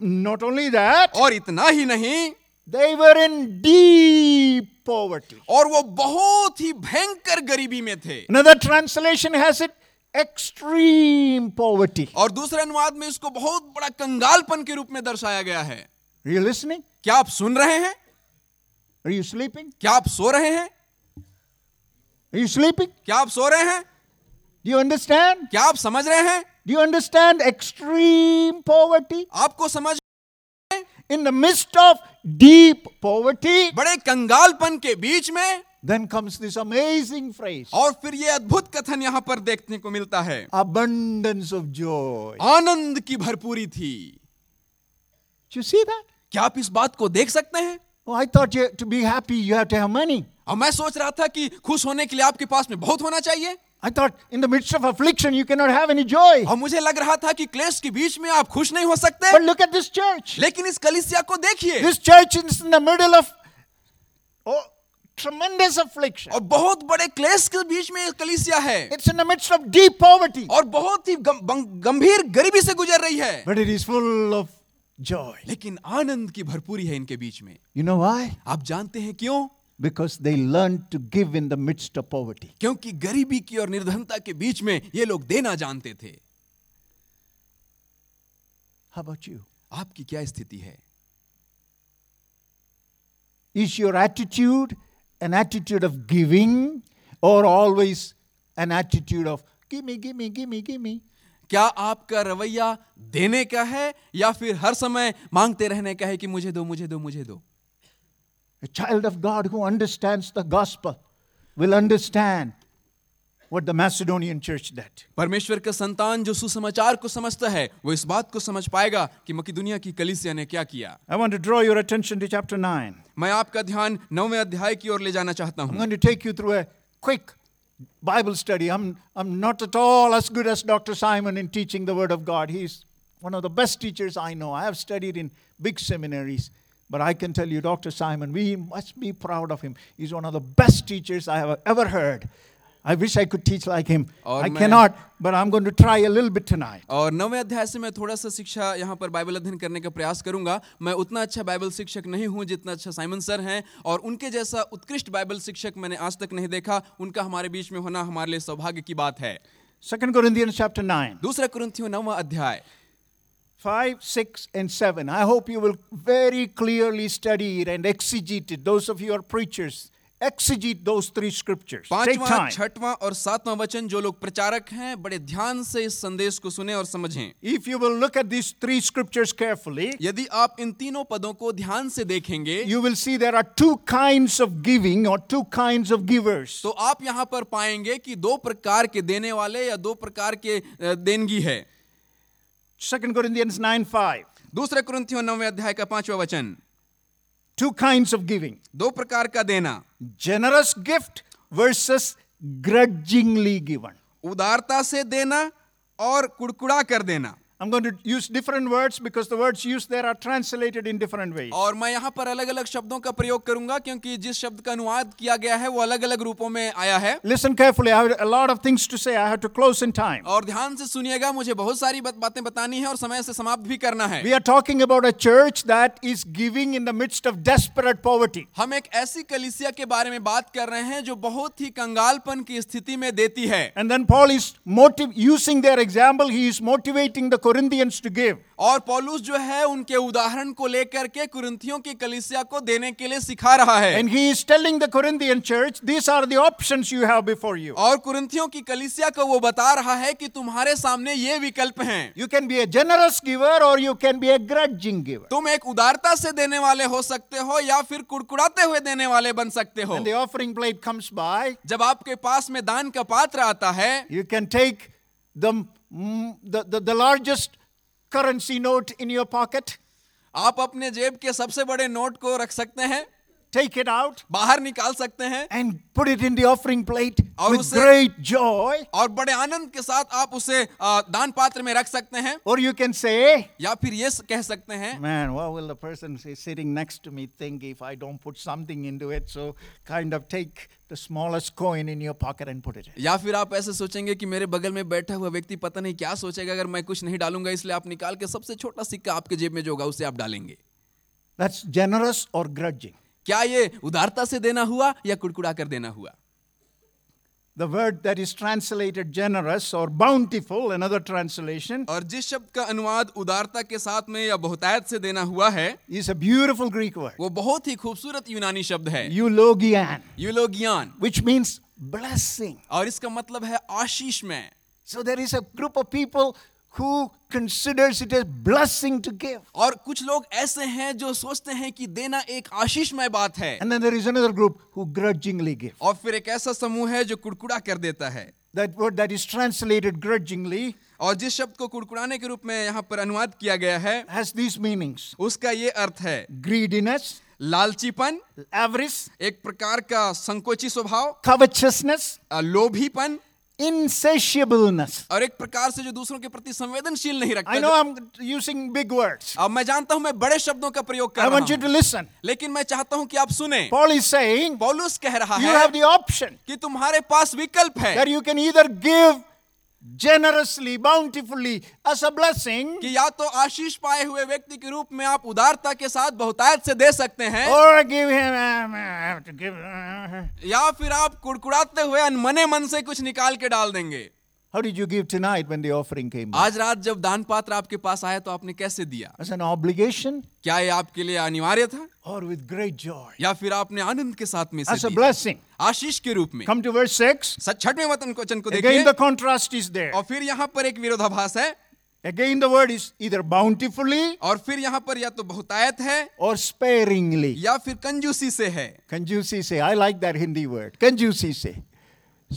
Speaker 1: Not only that,
Speaker 2: और इतना ही नहीं
Speaker 1: they were in deep poverty.
Speaker 2: और वो बहुत ही भयंकर गरीबी में थे
Speaker 1: Another translation has it extreme poverty.
Speaker 2: और दूसरे अनुवाद में इसको बहुत बड़ा कंगालपन के रूप में दर्शाया गया है
Speaker 1: Are you listening?
Speaker 2: क्या आप सुन रहे हैं
Speaker 1: Are you sleeping?
Speaker 2: क्या आप सो रहे हैं
Speaker 1: Are you sleeping?
Speaker 2: क्या आप सो रहे हैं
Speaker 1: Do you understand?
Speaker 2: क्या आप समझ रहे हैं
Speaker 1: Do you understand extreme poverty?
Speaker 2: आपको समझ
Speaker 1: In the midst of deep poverty,
Speaker 2: बड़े कंगालपन के बीच में
Speaker 1: then comes this amazing phrase
Speaker 2: और फिर ये अद्भुत कथन यहाँ पर देखने को मिलता है
Speaker 1: abundance of joy.
Speaker 2: आनंद की भरपूरी थी
Speaker 1: Do you see that?
Speaker 2: क्या आप इस बात को देख सकते हैं
Speaker 1: Oh, I thought you, to be happy, you have to have money.
Speaker 2: और मैं सोच रहा था कि खुश होने के लिए आपके पास में बहुत होना चाहिए
Speaker 1: I thought in the midst of affliction, you cannot have any joy.
Speaker 2: और मुझे लग रहा था कि क्लेश के बीच में आप खुश नहीं हो सकते
Speaker 1: But look at this church.
Speaker 2: लेकिन इस कलिसिया को देखिए
Speaker 1: This church is in the middle of oh, tremendous affliction,
Speaker 2: और बहुत बड़े क्लेश के बीच में ये कलिसिया है
Speaker 1: it's in the midst of deep poverty,
Speaker 2: और बहुत ही गं- बं- गंभीर गरीबी से गुजर रही है
Speaker 1: but it is full of joy.
Speaker 2: लेकिन आनंद की भरपूरी है इनके बीच में
Speaker 1: You know why?
Speaker 2: आप जानते हैं क्यों
Speaker 1: Because they learned to give in the midst of poverty.
Speaker 2: क्योंकि गरीबी की और निर्धनता के बीच में ये लोग देना जानते थे
Speaker 1: How about you?
Speaker 2: आपकी क्या स्थिति है
Speaker 1: Is your attitude an attitude of giving or always an attitude of gimme, gimme, gimme, gimme?
Speaker 2: क्या आपका रवैया देने का है या फिर हर समय मांगते रहने का है कि मुझे दो मुझे दो मुझे दो
Speaker 1: A child of God who understands the gospel will understand what the Macedonian church did.
Speaker 2: परमेश्वर का संतान जो सुसमाचार को समझता है वो इस बात को समझ पाएगा कि मकिदुनिया की कलीसिया ने क्या किया
Speaker 1: I want to draw your attention to chapter 9.
Speaker 2: मैं आपका ध्यान नौवें अध्याय की ओर ले जाना चाहता
Speaker 1: I'm
Speaker 2: हूँ
Speaker 1: going to take you through a quick Bible study. I'm, I'm not at all as good as Dr. Simon in teaching the Word of God. He's one of the best teachers I know. I have studied in big seminaries, but I can tell you, Dr. Simon, we must be proud of him. He's one of the best teachers I have ever heard. I wish I could teach like him.
Speaker 2: Or
Speaker 1: I
Speaker 2: may-
Speaker 1: cannot, but I'm going to try a little bit tonight.
Speaker 2: और नौवें अध्याय से मैं थोड़ा सा शिक्षा यहाँ पर बाइबल अध्ययन करने का प्रयास करूंगा मैं उतना अच्छा बाइबल शिक्षक नहीं हूँ जितना अच्छा साइमन सर हैं और उनके जैसा उत्कृष्ट बाइबल शिक्षक मैंने आज तक नहीं देखा उनका हमारे बीच में होना हमारे लिए सौभाग्य की बात है
Speaker 1: 2 Corinthians chapter 9.
Speaker 2: दूसरा कुरंथियों नौवा अध्याय
Speaker 1: 5, 6, and 7. I hope you will very clearly study it and exegete it. Those of you who are preachers, exegete those three scriptures. Take
Speaker 2: पांचवा
Speaker 1: time.
Speaker 2: छठवां और सातवां वचन जो लोग प्रचारक हैं बड़े ध्यान से इस संदेश को सुने और समझें
Speaker 1: If you will look at these three scriptures carefully,
Speaker 2: यदि आप इन तीनों पदों को ध्यान से देखेंगे
Speaker 1: you will see there are two kinds of giving or two kinds of givers.
Speaker 2: तो आप यहाँ पर पाएंगे कि दो प्रकार के देने वाले या दो प्रकार के अ, देनगी है
Speaker 1: 2 Corinthians 9 5.
Speaker 2: दूसरे कुरिन्थियों नौवे अध्याय का पांचवा वचन
Speaker 1: Two kinds of giving
Speaker 2: दो प्रकार का देना
Speaker 1: generous gift versus grudgingly given.
Speaker 2: उदारता से देना और कुड़कुड़ा कर देना
Speaker 1: I'm going to use different words because the words used there are translated in different ways.
Speaker 2: और मैं यहाँ पर अलग अलग शब्दों का प्रयोग करूंगा क्योंकि जिस शब्द का अनुवाद किया गया है वो अलग अलग रूपों में आया है
Speaker 1: Listen carefully. I have a lot of things to say. I have to close in time.
Speaker 2: और ध्यान से सुनिएगा मुझे बहुत सारी बात- बातें बतानी है और समय से समाप्त भी करना है
Speaker 1: We are talking about a church that is giving in the midst of desperate poverty.
Speaker 2: हम एक ऐसी कलिसिया के बारे में बात कर रहे हैं जो बहुत ही कंगालपन की स्थिति में देती है
Speaker 1: And then Paul is motiv- using their example, he is motivating the Corinthians to give.
Speaker 2: और पौलुस जो है उनके उदाहरण को लेकर के कुरिन्थियों की कलिसिया को देने के लिए सिखा रहा है
Speaker 1: And he is telling the Corinthian church, these are the options you have before you.
Speaker 2: और कुरिन्थियों की कलिसिया को वो बता रहा है कि तुम्हारे सामने ये विकल्प हैं
Speaker 1: You can be a generous giver or you can be a grudging giver.
Speaker 2: तुम एक उदारता से देने वाले हो सकते हो या फिर कुड़कुड़ाते हुए देने वाले बन सकते हो
Speaker 1: When the offering plate comes by,
Speaker 2: जब आपके पास में दान का पात्र आता है
Speaker 1: you can take the, mm, the, the, the largest currency note in your pocket,
Speaker 2: आप अपने जेब के सबसे बड़े नोट को रख सकते हैं
Speaker 1: take it out,
Speaker 2: बाहर निकाल सकते हैं
Speaker 1: and put it in the offering plate
Speaker 2: और
Speaker 1: with
Speaker 2: उसे-
Speaker 1: great joy.
Speaker 2: और बड़े आनंद के साथ आप उसे आ, दान पात्र में रख सकते हैं
Speaker 1: Or you can say,
Speaker 2: या फिर ये स- कह सकते हैं
Speaker 1: Man, what will the person say, sitting next to me think if I don't put something into it? So, kind of take the smallest coin in your pocket and put it in.
Speaker 2: या फिर आप ऐसे सोचेंगे कि मेरे बगल में बैठा हुआ व्यक्ति पता नहीं क्या सोचेगा अगर मैं कुछ नहीं डालूंगा इसलिए आप निकाल के सबसे छोटा सिक्का आपके जेब में जो होगा उसे आप डालेंगे
Speaker 1: That's generous or grudging.
Speaker 2: क्या ये उदारता से देना हुआ या कुड़कुड़ा कर देना हुआ
Speaker 1: The word that is translated generous or bountiful, another translation,
Speaker 2: और जिस शब्द का अनुवाद उदारता के साथ में या बहुतायत से देना हुआ है
Speaker 1: is a beautiful Greek word,
Speaker 2: वो बहुत ही खूबसूरत यूनानी शब्द है
Speaker 1: eulogian,
Speaker 2: यूलोगियान
Speaker 1: which means blessing.
Speaker 2: और इसका मतलब है आशीष में
Speaker 1: So, there is a group of people who considers it a blessing to give.
Speaker 2: और कुछ लोग ऐसे हैं जो सोचते हैं कि देना एक आशीषमय बात है
Speaker 1: And then there is another group who grudgingly give.
Speaker 2: और फिर एक ऐसा समूह है जो कुड़कुड़ा कर देता है
Speaker 1: That word that is translated grudgingly
Speaker 2: और जिस शब्द को कुड़कुड़ाने के रूप में यहाँ पर अनुवाद किया गया है
Speaker 1: has these meanings
Speaker 2: उसका ये अर्थ है
Speaker 1: greediness,
Speaker 2: लालचीपन
Speaker 1: avarice,
Speaker 2: एक प्रकार का संकोची स्वभाव
Speaker 1: covetousness,
Speaker 2: अ, लोभीपन
Speaker 1: insatiableness.
Speaker 2: और एक प्रकार से जो दूसरों के प्रति संवेदनशील नहीं रखता
Speaker 1: I know I'm using big words.
Speaker 2: अब मैं जानता हूं मैं बड़े शब्दों का प्रयोग कर
Speaker 1: I
Speaker 2: रहा
Speaker 1: want you
Speaker 2: हूं
Speaker 1: to listen.
Speaker 2: लेकिन मैं चाहता हूं कि आप सुने
Speaker 1: Paul is saying
Speaker 2: पौलुस कह रहा
Speaker 1: you
Speaker 2: है
Speaker 1: have the option
Speaker 2: कि तुम्हारे पास विकल्प है
Speaker 1: that you can either give generously, bountifully as a blessing,
Speaker 2: कि या तो आशीष पाए हुए व्यक्ति के रूप में आप उदारता के साथ बहुतायत से दे सकते हैं
Speaker 1: or give him, "Ah, I have to give. ah."
Speaker 2: या फिर आप कुड़कुड़ाते हुए अनमने मन से कुछ निकाल के डाल देंगे
Speaker 1: How did you give tonight when the offering came? up?
Speaker 2: आज रात जब दान पात्र आपके पास आया तो आपने कैसे दिया
Speaker 1: As an obligation
Speaker 2: क्या ये आपके लिए अनिवार्य था
Speaker 1: or with great joy?
Speaker 2: या फिर आपने आनंद के साथ में इसे
Speaker 1: As a
Speaker 2: दिया?
Speaker 1: blessing.
Speaker 2: आशीष के रूप में
Speaker 1: अच्छा, Come to verse 6.
Speaker 2: सच- छठवें वतन वचन को
Speaker 1: Again,
Speaker 2: देखिए
Speaker 1: the contrast is there.
Speaker 2: और फिर यहाँ पर एक विरोधाभास है
Speaker 1: Again, the word is either bountifully
Speaker 2: और फिर यहाँ पर या तो बहुतायत है
Speaker 1: or sparingly.
Speaker 2: या फिर कंजूसी से है
Speaker 1: Kanjusi se. I like that Hindi word. Kanjusi se.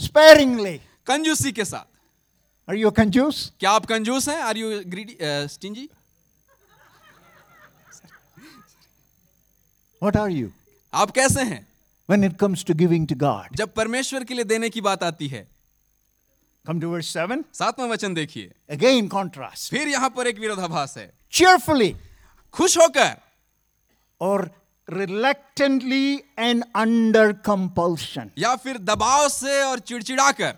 Speaker 1: Sparingly.
Speaker 2: कंजूसी के साथ
Speaker 1: Are you a kanjus?
Speaker 2: क्या आप कंजूस हैं are you greedy stingy
Speaker 1: What are you?
Speaker 2: आप कैसे हैं
Speaker 1: When it comes to giving to God.
Speaker 2: जब परमेश्वर के लिए देने की बात आती है
Speaker 1: Come to verse 7.
Speaker 2: सातवां वचन देखिए
Speaker 1: Again, contrast.
Speaker 2: फिर यहाँ पर एक विरोधाभास है
Speaker 1: Cheerfully
Speaker 2: खुश होकर
Speaker 1: or reluctantly and under compulsion.
Speaker 2: या फिर दबाव से और चिड़चिड़ाकर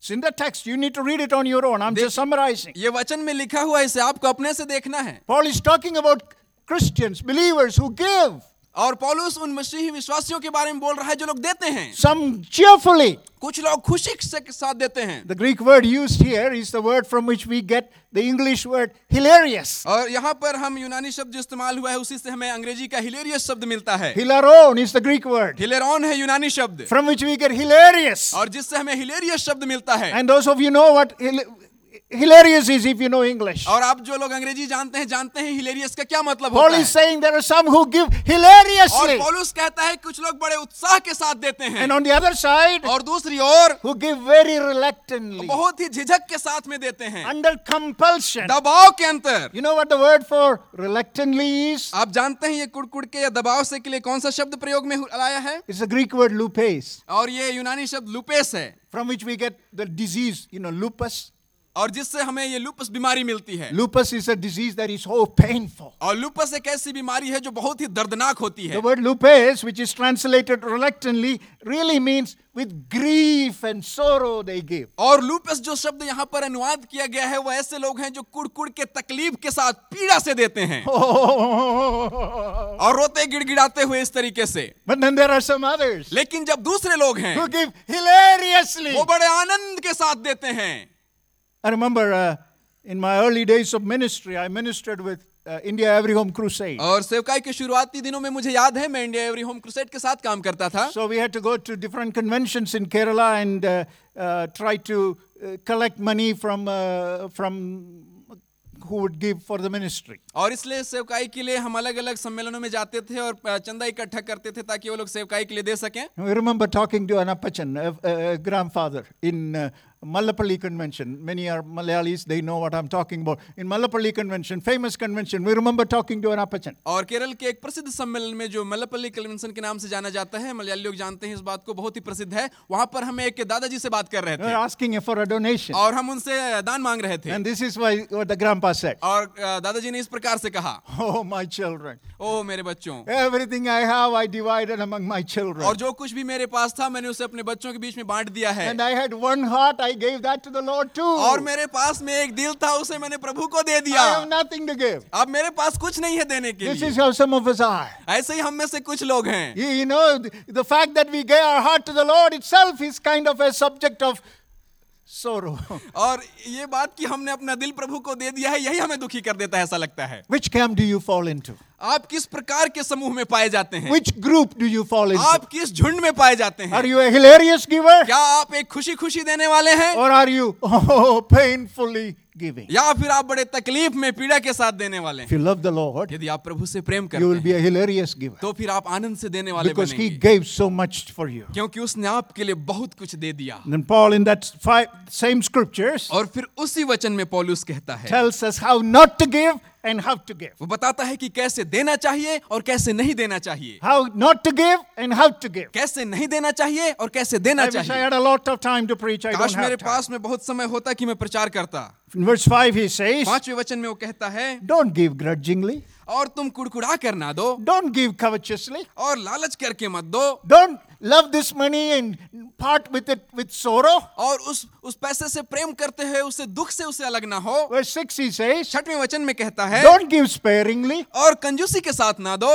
Speaker 1: It's in the text. You need to read it on your own. I'm just summarizing.
Speaker 2: ये वचन में लिखा हुआ है इसे आपको अपने से देखना है
Speaker 1: Paul is talking about Christians, believers who give.
Speaker 2: और पौलुस उन मसीही विश्वासियों के बारे में बोल रहा है जो लोग देते हैं
Speaker 1: Some cheerfully.
Speaker 2: कुछ लोग खुशी से के साथ देते हैं
Speaker 1: The Greek word used here is the word from which we get the English word hilarious.
Speaker 2: और यहाँ पर हम यूनानी शब्द जो इस्तेमाल हुआ है उसी से हमें अंग्रेजी का हिलेरियस शब्द मिलता है
Speaker 1: Hilaron is the Greek word
Speaker 2: हिलेरॉन है यूनानी शब्द
Speaker 1: from which we get hilarious.
Speaker 2: और जिससे हमें हिलेरियस शब्द मिलता है
Speaker 1: And those of you know what hil- hilarious is if you know English.
Speaker 2: और आप जो लोग अंग्रेजी जानते हैं जानते हैं हिलेरियस का क्या मतलब
Speaker 1: Paul
Speaker 2: होता है
Speaker 1: is saying there are some who give
Speaker 2: और
Speaker 1: hilariously,
Speaker 2: पौलुस कहता है कुछ लोग बड़े उत्साह के साथ देते हैं
Speaker 1: and on the other side,
Speaker 2: और दूसरी ओर
Speaker 1: who give very reluctantly,
Speaker 2: बहुत ही झिझक के साथ में देते हैं
Speaker 1: under compulsion.
Speaker 2: दबाव के अंतर
Speaker 1: You know what the word for reluctantly is?
Speaker 2: आप जानते हैं ये कुड़कुड़ के या दबाव से के लिए कौन सा शब्द प्रयोग में लाया है
Speaker 1: It's the Greek word lupes,
Speaker 2: और ये यूनानी शब्द लुपेस है
Speaker 1: from which we get the disease, you know, lupus.
Speaker 2: और जिससे हमें ये लुपस बीमारी मिलती है
Speaker 1: Lupus is a disease that is so painful.
Speaker 2: और लुपस एक ऐसी बीमारी है जो बहुत ही दर्दनाक होती है
Speaker 1: The word lupes, which is translated reluctantly, really means with grief and sorrow they give.
Speaker 2: और लुपस जो शब्द यहाँ पर अनुवाद किया गया है वह ऐसे लोग हैं जो कुड़कुड़ के तकलीफ के साथ पीड़ा से देते हैं
Speaker 1: Oh,
Speaker 2: और रोते गिड़गिड़ाते हुए इस तरीके से
Speaker 1: but then there are some others
Speaker 2: लेकिन जब दूसरे लोग हैं
Speaker 1: who give hilariously.
Speaker 2: वो बड़े आनंद के साथ देते हैं
Speaker 1: I remember uh, in my early days of ministry, I ministered with uh, India Every Home Crusade.
Speaker 2: और सेवकाई के शुरुआती दिनों में मुझे याद है मैं इंडिया एवरी होम क्रुसेड के साथ काम करता था
Speaker 1: So we had to go to different conventions in Kerala and uh, uh, try to uh, collect money from, uh, from who would give for the ministry.
Speaker 2: और इसलिए सेवकाई के लिए हम अलग अलग सम्मेलनों में जाते थे और अ, चंदा इकट्ठा करते थे ताकि वो लोग सेवकाई के लिए दे सकें
Speaker 1: And we remember talking to Anapachan, a, a- a grandfather, in uh, Mallapalli Convention. Many are Malayalis, they know what I'm talking about. In Mallapalli Convention, famous convention, we remember talking to Anapachan.
Speaker 2: और केरल के एक प्रसिद्ध सम्मेलन में जो मल्लपल्ली कन्वेंशन के नाम से जाना जाता है मलयाली लोग जानते हैं इस बात को बहुत ही प्रसिद्ध है वहां पर हम एक दादाजी से बात कर रहे
Speaker 1: We were
Speaker 2: थे
Speaker 1: asking for a donation.
Speaker 2: और हम उनसे दान मांग रहे थे
Speaker 1: And this is why, what the grandpa said
Speaker 2: और अ, दादाजी ने इस प्रकार से कहा
Speaker 1: Oh, my children.
Speaker 2: ओ मेरे बच्चों
Speaker 1: Everything I have, I divided among my children.
Speaker 2: और जो कुछ भी मेरे पास था मैंने उसे अपने बच्चों के बीच में बांट दिया है
Speaker 1: And I had one heart, I gave that to the Lord too.
Speaker 2: और मेरे पास में एक दिल था उसे मैंने प्रभु को दे दिया
Speaker 1: I have nothing to give.
Speaker 2: अब मेरे पास कुछ नहीं है देने के
Speaker 1: This is
Speaker 2: लिए
Speaker 1: how some of us are.
Speaker 2: ऐसे ही हम में से कुछ लोग हैं
Speaker 1: You, you know, th- the fact that we gave our heart to the Lord itself is kind of a subject of sorrow,
Speaker 2: और ये बात कि हमने अपना दिल प्रभु को दे दिया है यही हमें दुखी कर देता है ऐसा लगता है
Speaker 1: which camp do you fall into?
Speaker 2: आप किस प्रकार के समूह में पाए जाते हैं
Speaker 1: Which group do you fall into?
Speaker 2: आप किस झुंड में पाए जाते हैं
Speaker 1: Are you a hilarious giver
Speaker 2: क्या आप एक खुशी खुशी देने वाले हैं
Speaker 1: or are you oh, painfully giving?
Speaker 2: या फिर आप बड़े तकलीफ में पीड़ा के साथ देने वाले
Speaker 1: If
Speaker 2: हैं
Speaker 1: you love the Lord,
Speaker 2: यदि आप प्रभु से प्रेम
Speaker 1: you will
Speaker 2: करते
Speaker 1: be
Speaker 2: हैं
Speaker 1: a hilarious giver
Speaker 2: तो फिर आप आनंद से देने वाले
Speaker 1: because He
Speaker 2: बनेंगे
Speaker 1: gave so much for you.
Speaker 2: क्योंकि उसने आपके लिए बहुत कुछ दे दिया
Speaker 1: And then Paul, in that five, same scriptures,
Speaker 2: और फिर उसी वचन में पौलुस कहता है
Speaker 1: tells us how not to give and how to give.
Speaker 2: वो बताता है कि कैसे देना चाहिए और कैसे नहीं देना चाहिए
Speaker 1: How not to give and how to give.
Speaker 2: कैसे नहीं देना चाहिए और कैसे
Speaker 1: I
Speaker 2: देना
Speaker 1: wish I
Speaker 2: चाहिए
Speaker 1: had a lot of time to preach. I don't
Speaker 2: काश मेरे
Speaker 1: have time.
Speaker 2: पास में बहुत समय होता कि मैं प्रचार करता
Speaker 1: In verse 5, he says,
Speaker 2: पांचवें वचन में वो कहता है
Speaker 1: Don't give grudgingly,
Speaker 2: और तुम कुड़कुड़ा कर ना दो
Speaker 1: don't give covetously,
Speaker 2: और लालच करके मत दो
Speaker 1: don't love this money and part with it with sorrow.
Speaker 2: और उस उस पैसे से प्रेम करते हुए उसे दुख से उसे अलग ना हो
Speaker 1: Verse 6, he says,
Speaker 2: छठवें वचन में कहता है
Speaker 1: Don't give sparingly,
Speaker 2: और कंजूसी के साथ ना दो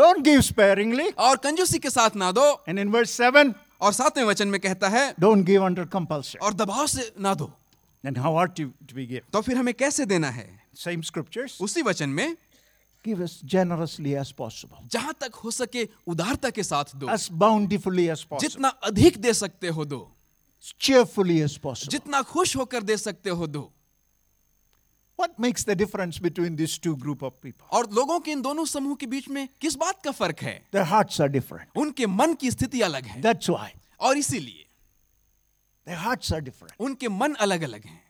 Speaker 1: don't give sparingly.
Speaker 2: और कंजूसी के साथ ना दो
Speaker 1: And in verse 7,
Speaker 2: और सातवें वचन में कहता है
Speaker 1: don't give under compulsion.
Speaker 2: और दबाव से ना दो
Speaker 1: Then how are to, to be given?
Speaker 2: तो फिर हमें कैसे देना है
Speaker 1: Same scriptures.
Speaker 2: उसी वचन में
Speaker 1: Give as generously as possible,
Speaker 2: जहां तक हो सके उदारता के साथ दो
Speaker 1: as bountifully as possible,
Speaker 2: जितना अधिक दे सकते हो दो
Speaker 1: as cheerfully as possible.
Speaker 2: जितना खुश होकर दे सकते हो दो
Speaker 1: What makes the difference between these two group of people?
Speaker 2: और लोगों के इन दोनों समूह के बीच में किस बात का फर्क है
Speaker 1: Their hearts are different.
Speaker 2: उनके मन की स्थिति अलग है
Speaker 1: That's why.
Speaker 2: और इसीलिए
Speaker 1: Their hearts are different.
Speaker 2: उनके मन अलग अलग हैं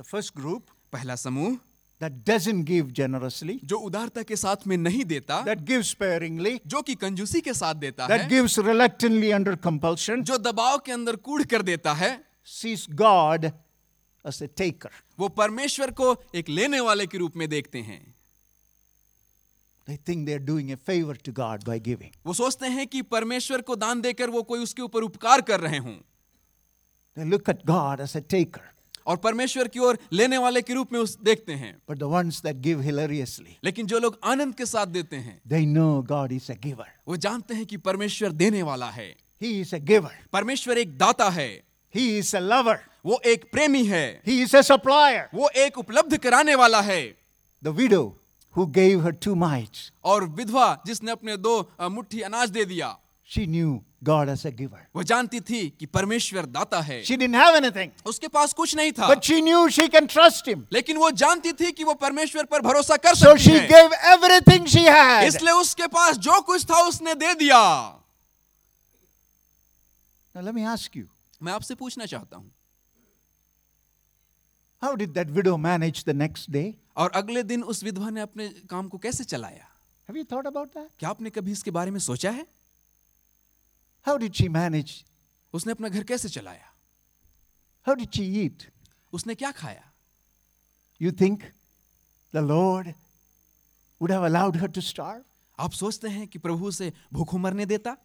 Speaker 1: The first group
Speaker 2: पहला समूह
Speaker 1: that doesn't give generously,
Speaker 2: जो उदारता के साथ में नहीं देता
Speaker 1: that gives sparingly,
Speaker 2: जो कि कंजूसी के साथ देता
Speaker 1: that
Speaker 2: है
Speaker 1: gives reluctantly under compulsion,
Speaker 2: जो दबाव के अंदर कूड़ कर देता है
Speaker 1: sees God as a taker.
Speaker 2: वो परमेश्वर को एक लेने वाले के रूप में देखते हैं
Speaker 1: They think they're doing a favor to God by giving.
Speaker 2: वो सोचते हैं कि परमेश्वर को दान देकर वो कोई उसके ऊपर उपकार कर रहे हों
Speaker 1: They look at God as a taker.
Speaker 2: और परमेश्वर की ओर लेने वाले के रूप में उस देखते हैं
Speaker 1: But the ones that give hilariously,
Speaker 2: लेकिन जो लोग आनंद के साथ देते हैं
Speaker 1: they know God is a giver.
Speaker 2: वो जानते हैं कि परमेश्वर देने वाला है
Speaker 1: He is a giver.
Speaker 2: परमेश्वर एक दाता है
Speaker 1: He is a lover.
Speaker 2: वो एक प्रेमी है
Speaker 1: He is a supplier.
Speaker 2: वो एक उपलब्ध कराने वाला है
Speaker 1: The widow who gave her two mites,
Speaker 2: और विधवा जिसने अपने दो अ, मुट्ठी अनाज दे दिया
Speaker 1: She knew God as a giver.
Speaker 2: वह जानती थी कि परमेश्वर दाता है
Speaker 1: She didn't have anything,
Speaker 2: उसके पास कुछ नहीं था
Speaker 1: but she knew she can trust Him.
Speaker 2: लेकिन वो जानती थी कि वो परमेश्वर पर भरोसा कर
Speaker 1: So
Speaker 2: सकती
Speaker 1: she
Speaker 2: है
Speaker 1: gave everything she had.
Speaker 2: इसलिए उसके पास जो कुछ था उसने दे दिया
Speaker 1: Now let me ask you
Speaker 2: मैं आपसे पूछना चाहता हूं
Speaker 1: how did that widow manage the next day?
Speaker 2: और अगले दिन उस विधवा ने अपने काम को कैसे चलाया
Speaker 1: Have you thought about that?
Speaker 2: क्या आपने कभी इसके बारे में सोचा है
Speaker 1: How did she manage?
Speaker 2: उसने अपना घर कैसे चलाया
Speaker 1: How did she eat?
Speaker 2: उसने क्या खाया
Speaker 1: You think the Lord would have allowed her to starve?
Speaker 2: आप सोचते हैं कि प्रभु से भूखों मरने देता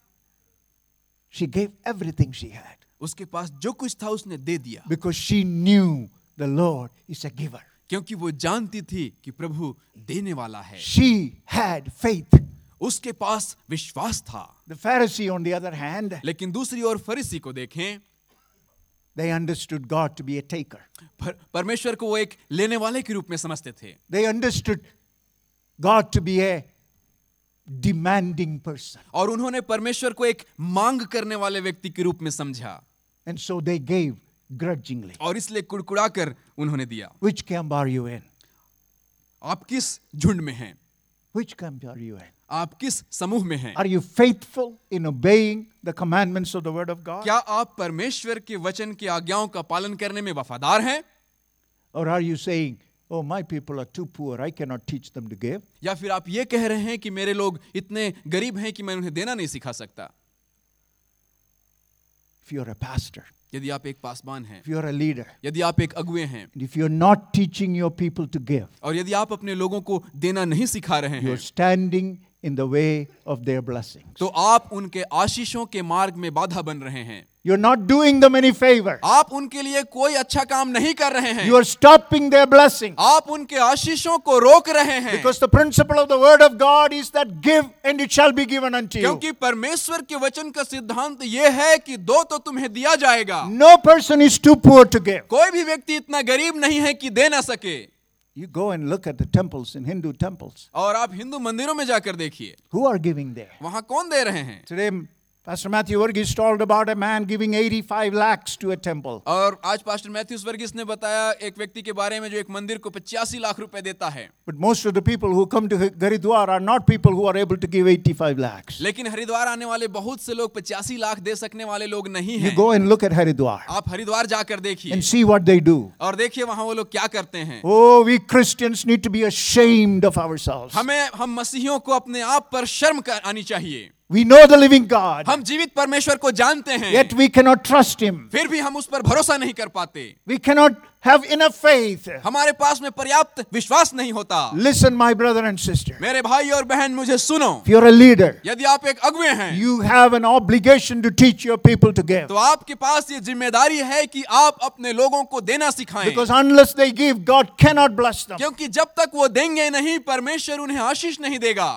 Speaker 1: She gave everything she had
Speaker 2: उसके पास जो कुछ था उसने दे दिया
Speaker 1: because she knew the Lord is a giver.
Speaker 2: क्योंकि वो जानती थी कि प्रभु देने वाला है
Speaker 1: She had faith.
Speaker 2: उसके पास विश्वास था
Speaker 1: The Pharisee, on the other hand,
Speaker 2: लेकिन दूसरी ओर फरीसी को देखें
Speaker 1: they understood God to be a taker.
Speaker 2: पर, परमेश्वर को वो एक लेने वाले के रूप में समझते थे
Speaker 1: They understood God to be a demanding person.
Speaker 2: और उन्होंने परमेश्वर को एक मांग करने वाले व्यक्ति के रूप में समझा
Speaker 1: And so they gave grudgingly.
Speaker 2: और इसलिए कुड़कुड़ा कर उन्होंने दिया
Speaker 1: Which camp are you in?
Speaker 2: आप किस झुंड में हैं
Speaker 1: Which camp are you in?
Speaker 2: आप किस समूह में हैं
Speaker 1: Are you faithful in obeying the commandments of the Word of God?
Speaker 2: क्या आप परमेश्वर के वचन की आज्ञाओं का पालन करने में वफादार हैं
Speaker 1: Or are you saying, oh, my people are too poor, I cannot teach them to give?
Speaker 2: या फिर आप ये कह रहे हैं कि मेरे लोग इतने गरीब हैं कि मैं उन्हें देना नहीं सिखा सकता
Speaker 1: If you're a pastor,
Speaker 2: यदि आप एक पासवान हैं
Speaker 1: if you're a leader,
Speaker 2: यदि आप एक अगुए हैं
Speaker 1: and if you're not teaching your people to give,
Speaker 2: और यदि आप अपने लोगों को देना नहीं सिखा रहे हैं
Speaker 1: you're standing in the way of their blessings.
Speaker 2: तो आप उनके आशीषों के मार्ग में बाधा बन रहे हैं
Speaker 1: You're not doing them any favor.
Speaker 2: आप उनके लिए कोई अच्छा काम नहीं कर रहे हैं
Speaker 1: You are stopping their blessing.
Speaker 2: आप उनके आशीषों को रोक रहे हैं
Speaker 1: Because the principle of the Word of God is that give and it shall be given unto you.
Speaker 2: क्योंकि परमेश्वर के वचन का सिद्धांत यह है कि दो तो तुम्हें दिया जाएगा
Speaker 1: No person is too poor to give.
Speaker 2: कोई भी व्यक्ति इतना गरीब नहीं है कि दे ना सके
Speaker 1: You go and look at the temples in Hindu temples.
Speaker 2: और आप हिंदू मंदिरों में जाकर देखिए
Speaker 1: Who are giving there?
Speaker 2: वहां कौन दे रहे हैं
Speaker 1: Today, Pastor Matthew Verghese told about a man giving 85 lakhs to a temple.
Speaker 2: और आज पास्टर मैथ्यूस वर्गीस ने बताया एक व्यक्ति के बारे में जो एक मंदिर को पचासी लाख रुपए देता है
Speaker 1: But most of the people who come to Garidwar are not people who are able to give 85 lakhs.
Speaker 2: लेकिन हरिद्वार आने वाले बहुत से लोग पचासी लाख दे सकने वाले लोग नहीं
Speaker 1: You
Speaker 2: हैं
Speaker 1: go and look at Haridwar
Speaker 2: आप हरिद्वार जाकर देखिए
Speaker 1: and see what they do.
Speaker 2: और देखिए वहां वो लोग क्या करते हैं
Speaker 1: Oh, we Christians need to be ashamed of ourselves.
Speaker 2: हमें हम मसीहियों को अपने आप पर शर्म कर आनी चाहिए
Speaker 1: We know the living God,
Speaker 2: हम जीवित परमेश्वर को जानते हैं
Speaker 1: yet we cannot trust Him.
Speaker 2: फिर भी हम उस पर भरोसा नहीं कर पाते
Speaker 1: We cannot have enough faith.
Speaker 2: हमारे पास में पर्याप्त विश्वास नहीं होता
Speaker 1: Listen, my brother and sister.
Speaker 2: मेरे भाई और बहन मुझे सुनो
Speaker 1: If you're a leader,
Speaker 2: यदि आप एक अगुए हैं
Speaker 1: you have an obligation to teach your people to give.
Speaker 2: तो आपके पास ये जिम्मेदारी है कि आप अपने लोगों को देना सिखाएं
Speaker 1: Because unless they give, God cannot bless them.
Speaker 2: क्योंकि जब तक वो देंगे नहीं परमेश्वर उन्हें आशीष नहीं देगा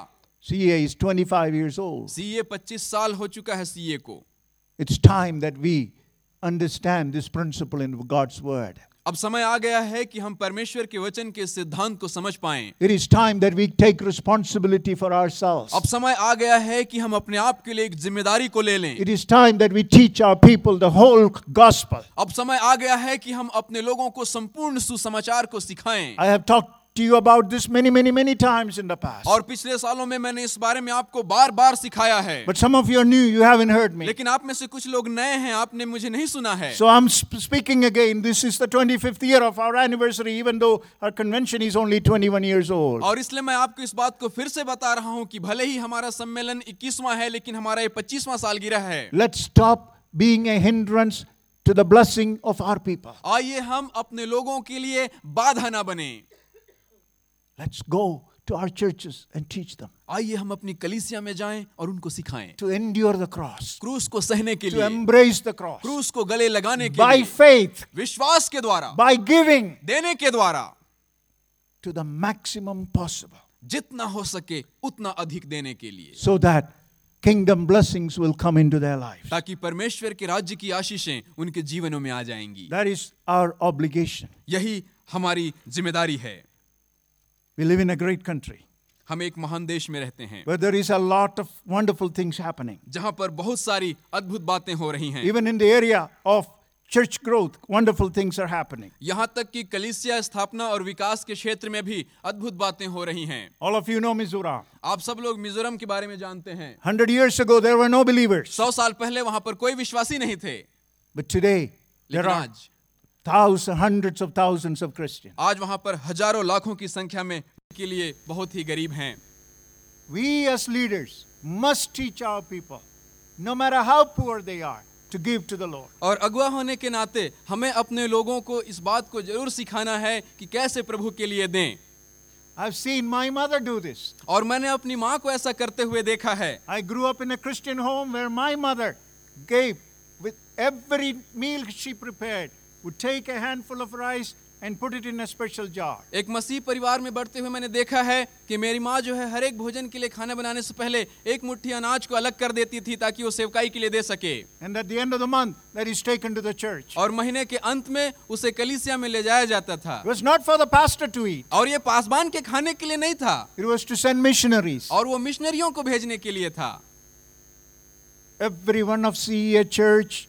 Speaker 1: CA is 25 years old.
Speaker 2: CA 25 साल हो चुका है सीए को
Speaker 1: It's time that we understand this principle in God's Word.
Speaker 2: अब समय आ गया है कि हम परमेश्वर के वचन के सिद्धांत को समझ पाएं
Speaker 1: It is time that we take responsibility for ourselves.
Speaker 2: अब समय आ गया है कि हम अपने आप के लिए एक जिम्मेदारी को ले लें
Speaker 1: It is time that we teach our people the whole gospel.
Speaker 2: अब समय आ गया है कि हम अपने लोगों को संपूर्ण सुसमाचार को सिखाएं
Speaker 1: I have talked to you about this many, many, many times in the past.
Speaker 2: और पिछले सालों में मैंने इस बारे में आपको बार बार सिखाया है
Speaker 1: But some of you are new, you haven't heard me.
Speaker 2: लेकिन आप में से कुछ लोग नए हैं आपने मुझे नहीं सुना है
Speaker 1: So I'm sp- speaking again. This is the 25th year of our anniversary, even though our convention is only 21 years old.
Speaker 2: और इसलिए मैं आपको इस बात को फिर से बता रहा हूं कि भले ही हमारा सम्मेलन 21वां है लेकिन हमारा ये 25वां सालगिरह है
Speaker 1: Let's stop being a hindrance to the blessing of our people.
Speaker 2: आइए हम अपने लोगों के लिए बाधा ना बने
Speaker 1: Let's go to our churches and teach them
Speaker 2: आइए हम अपनी कलीसिया में जाएं और उनको सिखाएं
Speaker 1: to endure the cross,
Speaker 2: क्रूस को सहने के
Speaker 1: to
Speaker 2: लिए
Speaker 1: embrace the cross
Speaker 2: क्रूस को गले लगाने के
Speaker 1: by
Speaker 2: लिए
Speaker 1: faith,
Speaker 2: विश्वास के द्वारा
Speaker 1: by giving
Speaker 2: देने के द्वारा
Speaker 1: to the maximum possible
Speaker 2: जितना हो सके उतना अधिक देने के लिए
Speaker 1: so that kingdom blessings will come into their lives.
Speaker 2: ताकि परमेश्वर के राज्य की आशीषें उनके जीवनों में आ जाएंगी
Speaker 1: That is our obligation.
Speaker 2: यही हमारी जिम्मेदारी है
Speaker 1: We live in a great country.
Speaker 2: हम एक महान देश में रहते हैं
Speaker 1: where there is a lot of wonderful things happening.
Speaker 2: जहां पर बहुत सारी अद्भुत बातें हो रही हैं
Speaker 1: Even in the area of church growth, wonderful things are happening.
Speaker 2: यहां तक कि कलिसिया स्थापना और विकास के क्षेत्र में भी अद्भुत बातें हो रही हैं
Speaker 1: All of you know Mizoram.
Speaker 2: आप सब लोग मिजोरम के बारे में जानते हैं
Speaker 1: 100 years ago, there were no believers.
Speaker 2: सौ साल पहले वहां पर कोई विश्वासी नहीं थे
Speaker 1: But today, there
Speaker 2: लेकिन
Speaker 1: are
Speaker 2: आज
Speaker 1: thousands, hundreds of thousands of Christians.
Speaker 2: आज वहां पर हजारों लाखों की संख्या में के लिए बहुत ही गरीब हैं
Speaker 1: We as leaders must teach our people, no matter how poor they are, to give to the Lord.
Speaker 2: और अगवा होने के नाते हमें अपने लोगों को इस बात को जरूर सिखाना है कि कैसे प्रभु के लिए दें
Speaker 1: I've seen my mother do this.
Speaker 2: और मैंने अपनी माँ को ऐसा करते हुए देखा है
Speaker 1: I grew up in a Christian home where my mother gave with every meal she prepared, would take a handful of rice and put it in a special jar.
Speaker 2: एक मसीह परिवार में बढ़ते हुए मैंने देखा है कि मेरी माँ जो है हर एक भोजन के लिए खाना बनाने से पहले एक मुट्ठी अनाज को अलग कर देती थी ताकि वो सेवकाई के लिए दे सके
Speaker 1: And at the end of the month, that is taken to the church.
Speaker 2: और महीने के अंत में उसे कलीसिया में ले जाया जाता था
Speaker 1: It was not for the pastor to eat,
Speaker 2: और ये पासबान के खाने के लिए नहीं था
Speaker 1: it was to send missionaries.
Speaker 2: और वो मिशनरियों को भेजने के लिए था
Speaker 1: Every one of CEA church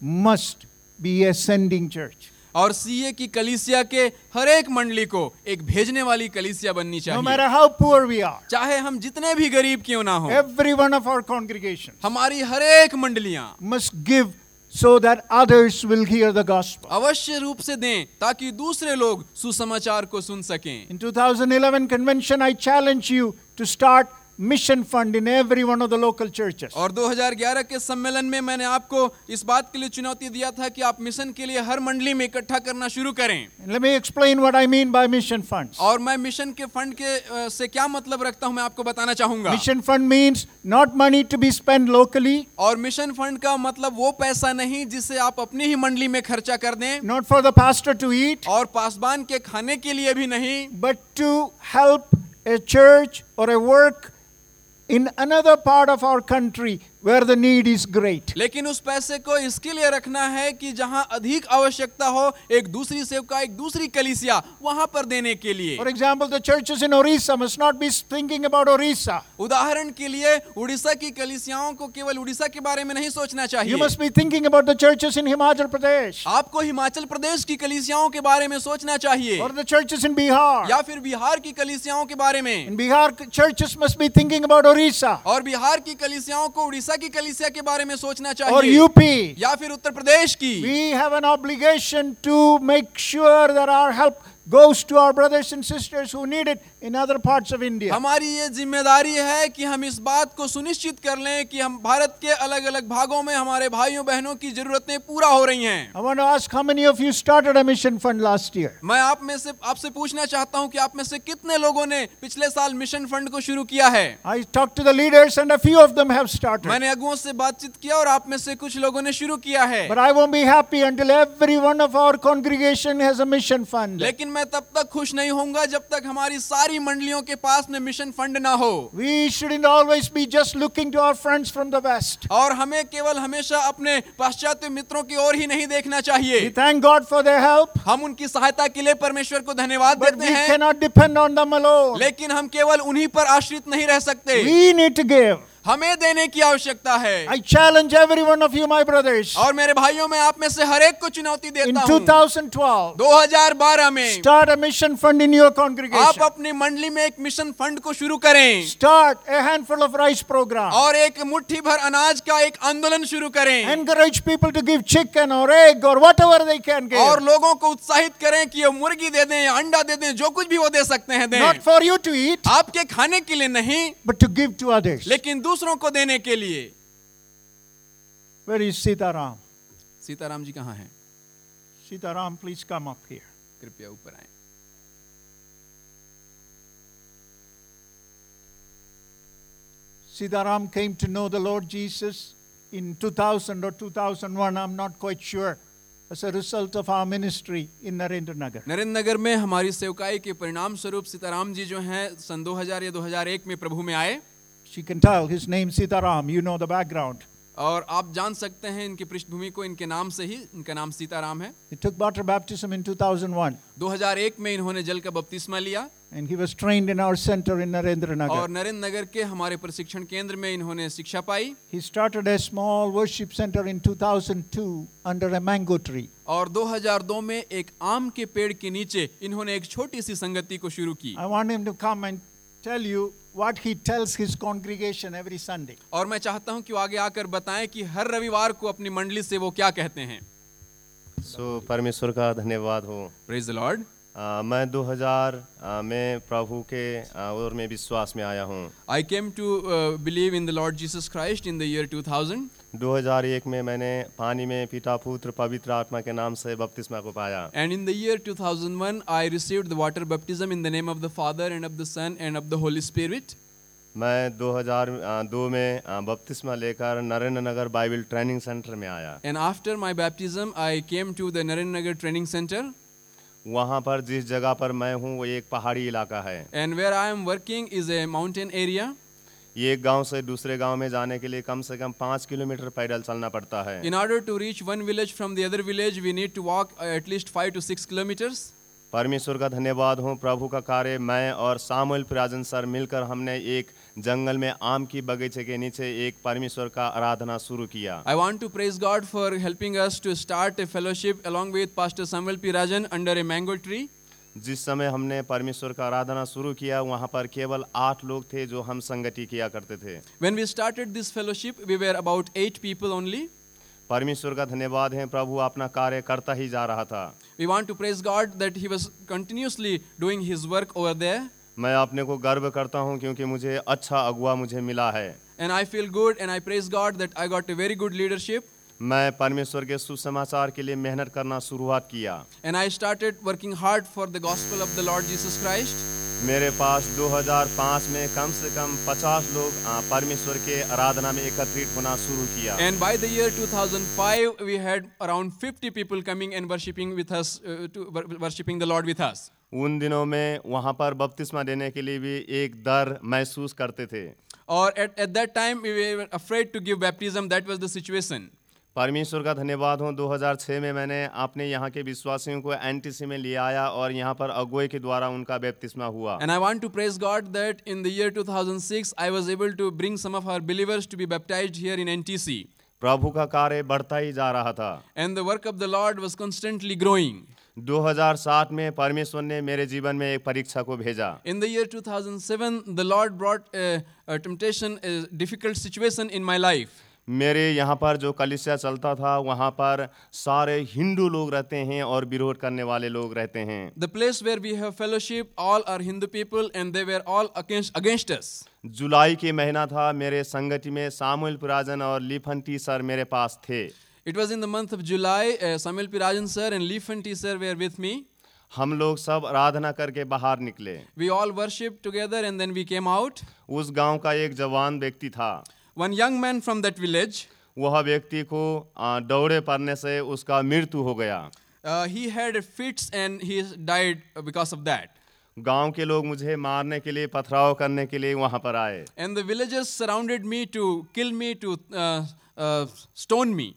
Speaker 1: must be a sending church.
Speaker 2: और सीए की कलीसिया के हर एक मंडली को एक भेजने वाली कलीसिया बननी
Speaker 1: No
Speaker 2: चाहिए
Speaker 1: matter how poor we are,
Speaker 2: चाहे हम जितने भी गरीब क्यों ना हो
Speaker 1: every one of our congregations
Speaker 2: हमारी हर एक मंडलियां
Speaker 1: must give so that others will hear the gospel.
Speaker 2: अवश्य रूप से दें ताकि दूसरे लोग सुसमाचार को सुन सकें
Speaker 1: In 2011 convention, I challenge you to start mission fund in every one of the local churches.
Speaker 2: और 2011 के सम्मेलन में मैंने आपको इस बात के लिए चुनौती दिया था कि आप मिशन के लिए हर मंडली में इकट्ठा करना शुरू करें
Speaker 1: And let me explain what I mean by mission funds.
Speaker 2: और मैं मिशन के फंड के अ, से क्या मतलब रखता हूं मैं आपको बताना चाहूंगा
Speaker 1: Mission fund means not money to be spent locally,
Speaker 2: और मिशन फंड का मतलब वो पैसा नहीं जिसे आप अपनी ही मंडली में खर्चा कर दें
Speaker 1: not for the pastor to eat,
Speaker 2: और पासबान के खाने के लिए भी नहीं
Speaker 1: but to help a church or a work in another part of our country where the need is great.
Speaker 2: लेकिन उस पैसे को इसके लिए रखना है कि जहां अधिक आवश्यकता हो एक दूसरी सेवका एक दूसरी कलिसिया वहां पर देने के लिए
Speaker 1: For example, the churches in Orissa must not be thinking about Orissa.
Speaker 2: उदाहरण के लिए उड़ीसा की कलिसियाओं को केवल उड़ीसा के बारे में नहीं सोचना
Speaker 1: You
Speaker 2: चाहिए
Speaker 1: must be thinking about the churches in Himachal Pradesh
Speaker 2: आपको हिमाचल प्रदेश की कलिसियाओं के बारे में सोचना चाहिए
Speaker 1: or the churches in Bihar.
Speaker 2: या फिर बिहार की कलिसियाओं के बारे में
Speaker 1: In Bihar, c- churches must be thinking about Orissa
Speaker 2: और बिहार की कलिसियाओं को उड़ीसा की कलिसिया के बारे में सोचना
Speaker 1: or
Speaker 2: चाहिए
Speaker 1: UP.
Speaker 2: या फिर उत्तर प्रदेश की
Speaker 1: We have an obligation to make sure that our help goes to our brothers and sisters who need it in other parts of India.
Speaker 2: हमारी ये जिम्मेदारी है कि हम इस बात को सुनिश्चित कर लें कि हम भारत के अलग अलग भागों में हमारे भाइयों बहनों की जरूरतें पूरा हो रही हैं
Speaker 1: I want to ask how many of you started a mission fund last year?
Speaker 2: मैं आप में से आपसे पूछना चाहता हूं कि आप में से कितने लोगों ने पिछले साल मिशन फंड को शुरू किया है
Speaker 1: I talked to the leaders, and a few of them have started.
Speaker 2: मैंने अगुओं से बातचीत किया और आप में से कुछ लोगों ने शुरू किया है
Speaker 1: But I won't be happy until every one of our congregation has a mission fund.
Speaker 2: लेकिन मैं तब तक खुश नहीं होऊंगा जब तक हमारी सारी मंडलियों के पास में मिशन फंड ना हो
Speaker 1: We shouldn't always be just looking to our friends from the West.
Speaker 2: और हमें केवल हमेशा अपने पाश्चात्य मित्रों की ओर ही नहीं देखना
Speaker 1: We
Speaker 2: चाहिए
Speaker 1: thank God for their help,
Speaker 2: हम उनकी सहायता के लिए परमेश्वर को धन्यवाद
Speaker 1: but
Speaker 2: देते
Speaker 1: we
Speaker 2: हैं
Speaker 1: cannot depend on them alone.
Speaker 2: लेकिन हम केवल उन्हीं पर आश्रित नहीं रह सकते
Speaker 1: We need to give.
Speaker 2: हमें देने की आवश्यकता है
Speaker 1: I challenge every one of you, my brothers.
Speaker 2: और मेरे भाइयों में आप में से हर एक को चुनौती
Speaker 1: In
Speaker 2: देता हूँ
Speaker 1: 2012,
Speaker 2: 2012 में
Speaker 1: start a mission fund in your
Speaker 2: आप
Speaker 1: congregation.
Speaker 2: अपनी मंडली में एक मिशन फंड को शुरू करें
Speaker 1: Start a handful of rice program.
Speaker 2: और एक मुट्ठी भर अनाज का एक आंदोलन शुरू करें
Speaker 1: Encourage people to give chicken or egg or whatever they can
Speaker 2: और
Speaker 1: give.
Speaker 2: लोगों को उत्साहित करें कि वो मुर्गी दे दें या अंडा दे दें जो कुछ भी वो दे सकते हैं दें
Speaker 1: Not for you to eat,
Speaker 2: आपके खाने के लिए नहीं
Speaker 1: but to give to others.
Speaker 2: लेकिन दूसरों को देने के लिए
Speaker 1: Where is Sitaram?
Speaker 2: Sitaram ji कहाँ हैं
Speaker 1: Sitaram, please come up here.
Speaker 2: कृपया ऊपर आए
Speaker 1: Sitaram came to know the Lord Jesus in 2000 or 2001, I'm not quite sure, as a result of our ministry in Narendranagar.
Speaker 2: Narendranagar में हमारी सेवकाई के परिणाम स्वरूप सीताराम जी जो हैं सन 2000 या 2001 में प्रभु में आए
Speaker 1: She can tell his name Sitaram. You know the background.
Speaker 2: और आप जान सकते हैं इनकी पृष्ठभूमि को इनके नाम से ही इनका नाम सीताराम है
Speaker 1: He took water baptism in 2001
Speaker 2: 2001 में इन्होंने जल का बपतिस्मा लिया
Speaker 1: and he was trained in our center in Narendranagar.
Speaker 2: और नरेंद्र नगर के हमारे प्रशिक्षण केंद्र में इन्होंने शिक्षा पाई
Speaker 1: He started a small worship center in 2002 under a mango tree.
Speaker 2: और 2002 में एक आम के पेड़ के नीचे इन्होंने एक छोटी सी संगति को शुरू की
Speaker 1: I want him to come and tell you what he tells his congregation every Sunday.
Speaker 2: और मैं चाहता हूं कि वो आगे आकर बताएं कि हर रविवार को अपनी मंडली से वो क्या कहते हैं
Speaker 3: सो परमेश्वर का धन्यवाद हो
Speaker 2: प्रेज द लॉर्ड
Speaker 3: आ, मैं 2000 आ, में प्रभु के आ, और में विश्वास में आया हूँ
Speaker 2: I came to believe in the Lord Jesus Christ in the year 2000
Speaker 3: 2001 में मैंने पानी में पिता पुत्र पवित्र आत्मा के नाम से बपतिस्मा को पाया
Speaker 2: And in the year 2001, I received the water baptism in the name of the Father and of the Son and of the Holy Spirit.
Speaker 3: मैं 2002 में आ, बपतिस्मा लेकर Narendranagar Bible training center में आया
Speaker 2: And after my baptism, I came to the Narendranagar Training Center.
Speaker 3: वहाँ पर जिस जगह पर मैं हूँ वो एक पहाड़ी इलाका है
Speaker 2: And where I am working is a mountain area.
Speaker 3: ये एक गांव से दूसरे गांव में जाने के लिए कम से कम पाँच किलोमीटर पैदल चलना पड़ता है
Speaker 2: In order to reach one village from the other village, we need to walk uh, at least 5 to 6 kilometers.
Speaker 3: परमेश्वर का धन्यवाद हूँ प्रभु का कार्य मैं और सामुएल प्राजन सर मिलकर हमने एक जंगल में आम की बगीचे के नीचे एक परमेश्वर का आराधना शुरू किया
Speaker 2: I want to praise God for helping us to start a fellowship along with Pastor Samuel P. Rajan under a mango tree.
Speaker 3: जिस समय हमने परमेश्वर का आराधना शुरू किया वहाँ पर केवल आठ लोग थे जो हम संगति किया करते थे
Speaker 2: When we started this fellowship, we were about 8 people only.
Speaker 3: परमेश्वर का धन्यवाद है प्रभु अपना कार्य करता ही जा रहा था
Speaker 2: We want to praise God that He was continuously doing His work over there.
Speaker 3: मैं अपने को गर्व करता हूँ क्योंकि मुझे अच्छा अगुआ मुझे मिला है
Speaker 2: And I feel good and I praise God that I got a very good leadership.
Speaker 3: मैं परमेश्वर के सुसमाचार के लिए मेहनत करना शुरुआत किया
Speaker 2: And I started working hard for the gospel of the Lord Jesus Christ.
Speaker 3: मेरे पास 2005 में कम से कम 50 लोग आ, परमेश्वर के आराधना में एकत्रित होना शुरू किया
Speaker 2: And by the year 2005, we had around 50 people coming and worshipping with us, uh, to, wor- worshipping the Lord with us.
Speaker 3: उन दिनों में वहाँ पर बपतिस्मा देने के लिए भी एक डर महसूस करते थे
Speaker 2: Or at, at that time, we were afraid to give baptism. That was the situation.
Speaker 3: परमेश्वर का धन्यवाद हो 2006 में मैंने अपने यहाँ के विश्वासियों को एनटीसी में ले आया और यहाँ पर अगुए के द्वारा उनका बपतिस्मा हुआ
Speaker 2: And I want to praise God that in the year 2006, I was able to bring some of our believers to be baptized here in NTC.
Speaker 3: प्रभु का कार्य बढ़ता ही जा रहा था
Speaker 2: and the work of the Lord was constantly growing.
Speaker 3: 2007 में परमेश्वर ने मेरे जीवन में एक परीक्षा को भेजा
Speaker 2: In the year 2007, the Lord brought a, a temptation, a difficult situation in my life.
Speaker 3: मेरे यहाँ पर जो कलिसिया चलता था वहाँ पर सारे हिंदू लोग रहते हैं और विरोध करने वाले लोग रहते हैं
Speaker 2: The place where we have fellowship, all are Hindu people, and they were all against, against us.
Speaker 3: जुलाई के महीना था मेरे संगति में सामुएल पुराजन और लिफन टी सर मेरे पास थे
Speaker 2: It was in the month of July, uh, Samuel P. Rajan sir and Lee Fenty sir were with me.
Speaker 3: हम लोग सब आराधना करके बाहर निकले
Speaker 2: We all worshipped together and then we came out.
Speaker 3: उस गांव का एक जवान व्यक्ति था
Speaker 2: One young man from that village,
Speaker 3: वह व्यक्ति को आ, दौड़े पड़ने से उसका मृत्यु हो गया
Speaker 2: uh, he had fits and he died because of that.
Speaker 3: गांव के लोग मुझे मारने के लिए पथराव करने के लिए वहां पर आए
Speaker 2: And the villagers surrounded me to kill me, to uh, uh, stone me.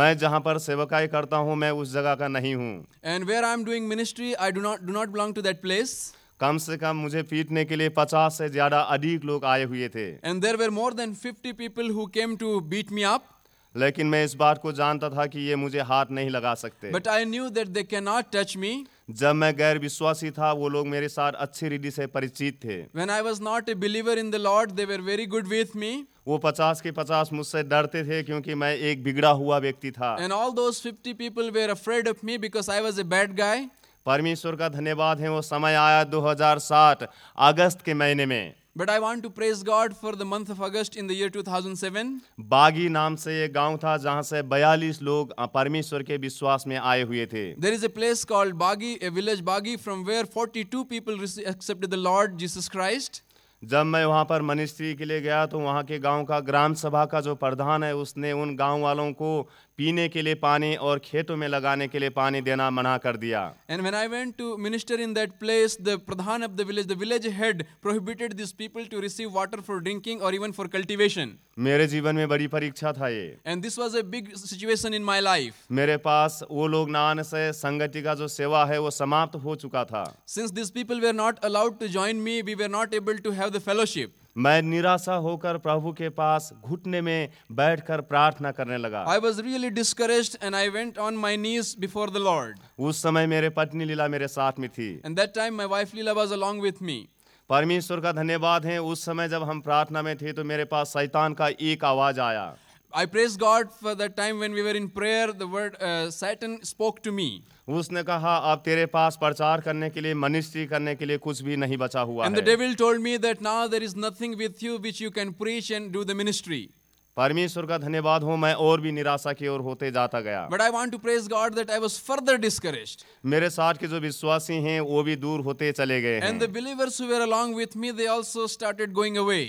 Speaker 3: मैं जहां पर सेवकाई करता हूं मैं उस जगह का नहीं हूं
Speaker 2: And where I'm doing ministry, I do not do not belong to that place.
Speaker 3: कम से कम मुझे पीटने के लिए पचास से ज्यादा अधिक लोग आए हुए थे
Speaker 2: And there were more than 50 people who came to beat me up.
Speaker 3: लेकिन मैं इस बात को जानता था कि ये मुझे हाथ नहीं लगा सकते
Speaker 2: But I knew that they cannot touch me.
Speaker 3: जब मैं गैर विश्वासी था वो लोग मेरे साथ अच्छी रीति से परिचित थे
Speaker 2: When I was not a believer in the Lord, they were very good with me.
Speaker 3: वो पचास के पचास मुझसे डरते थे क्योंकि मैं एक बिगड़ा हुआ व्यक्ति था
Speaker 2: And all those 50 people were afraid of me because I was a bad guy.
Speaker 3: परमेश्वर का धन्यवाद है वो समय आया 2007 अगस्त के महीने में
Speaker 2: But I want to praise God for the month of August in the year 2007.
Speaker 3: बागी नाम से ये गांव था जहां से 42 लोग अ, परमेश्वर के विश्वास में आए हुए थे
Speaker 2: There is a place called Bagi, a village Bagi, from where 42 people rece- accepted the Lord Jesus Christ.
Speaker 3: जब मैं वहां पर मिनिस्ट्री के लिए गया तो वहां के गांव का ग्राम सभा का जो प्रधान है उसने उन गांव वालों को पीने के लिए पानी और खेतों में लगाने के लिए पानी देना मना कर दिया
Speaker 2: And when I went to minister in that place, the pradhan of the village, the village head, prohibited these people to receive water for drinking or even for cultivation.
Speaker 3: मेरे जीवन में बड़ी परीक्षा था ये
Speaker 2: And this was a big situation in my life.
Speaker 3: मेरे पास वो लोग ना आने से संगति का जो सेवा है वो समाप्त हो चुका था
Speaker 2: Since these people were not allowed to join me, we were not able to have the fellowship.
Speaker 3: मैं निराशा होकर प्रभु के पास घुटने में बैठकर प्रार्थना करने लगा
Speaker 2: I was really discouraged and I went on my knees before the Lord.
Speaker 3: उस समय मेरे पत्नी लीला मेरे साथ में थी
Speaker 2: And that time my wife Leela was along with me.
Speaker 3: परमेश्वर का धन्यवाद है उस समय जब हम प्रार्थना में थे तो मेरे पास शैतान का एक आवाज आया
Speaker 2: I praise God for the time when we were in prayer, the word uh, Satan spoke to me.
Speaker 3: उसने कहा अब तेरे पास प्रचार करने के लिए मनिस्ट्री करने के लिए कुछ भी नहीं बचा हुआ
Speaker 2: And the
Speaker 3: है
Speaker 2: devil told me that now there is nothing with you which you can preach and do the ministry.
Speaker 3: परमेश्वर का धन्यवाद हो मैं और भी निराशा की ओर होते जाता गया
Speaker 2: But I want to praise God that I was further discouraged.
Speaker 3: मेरे साथ के जो विश्वासी हैं वो भी दूर होते चले गए
Speaker 2: And the
Speaker 3: हैं
Speaker 2: believers who were along with me, they also started going away.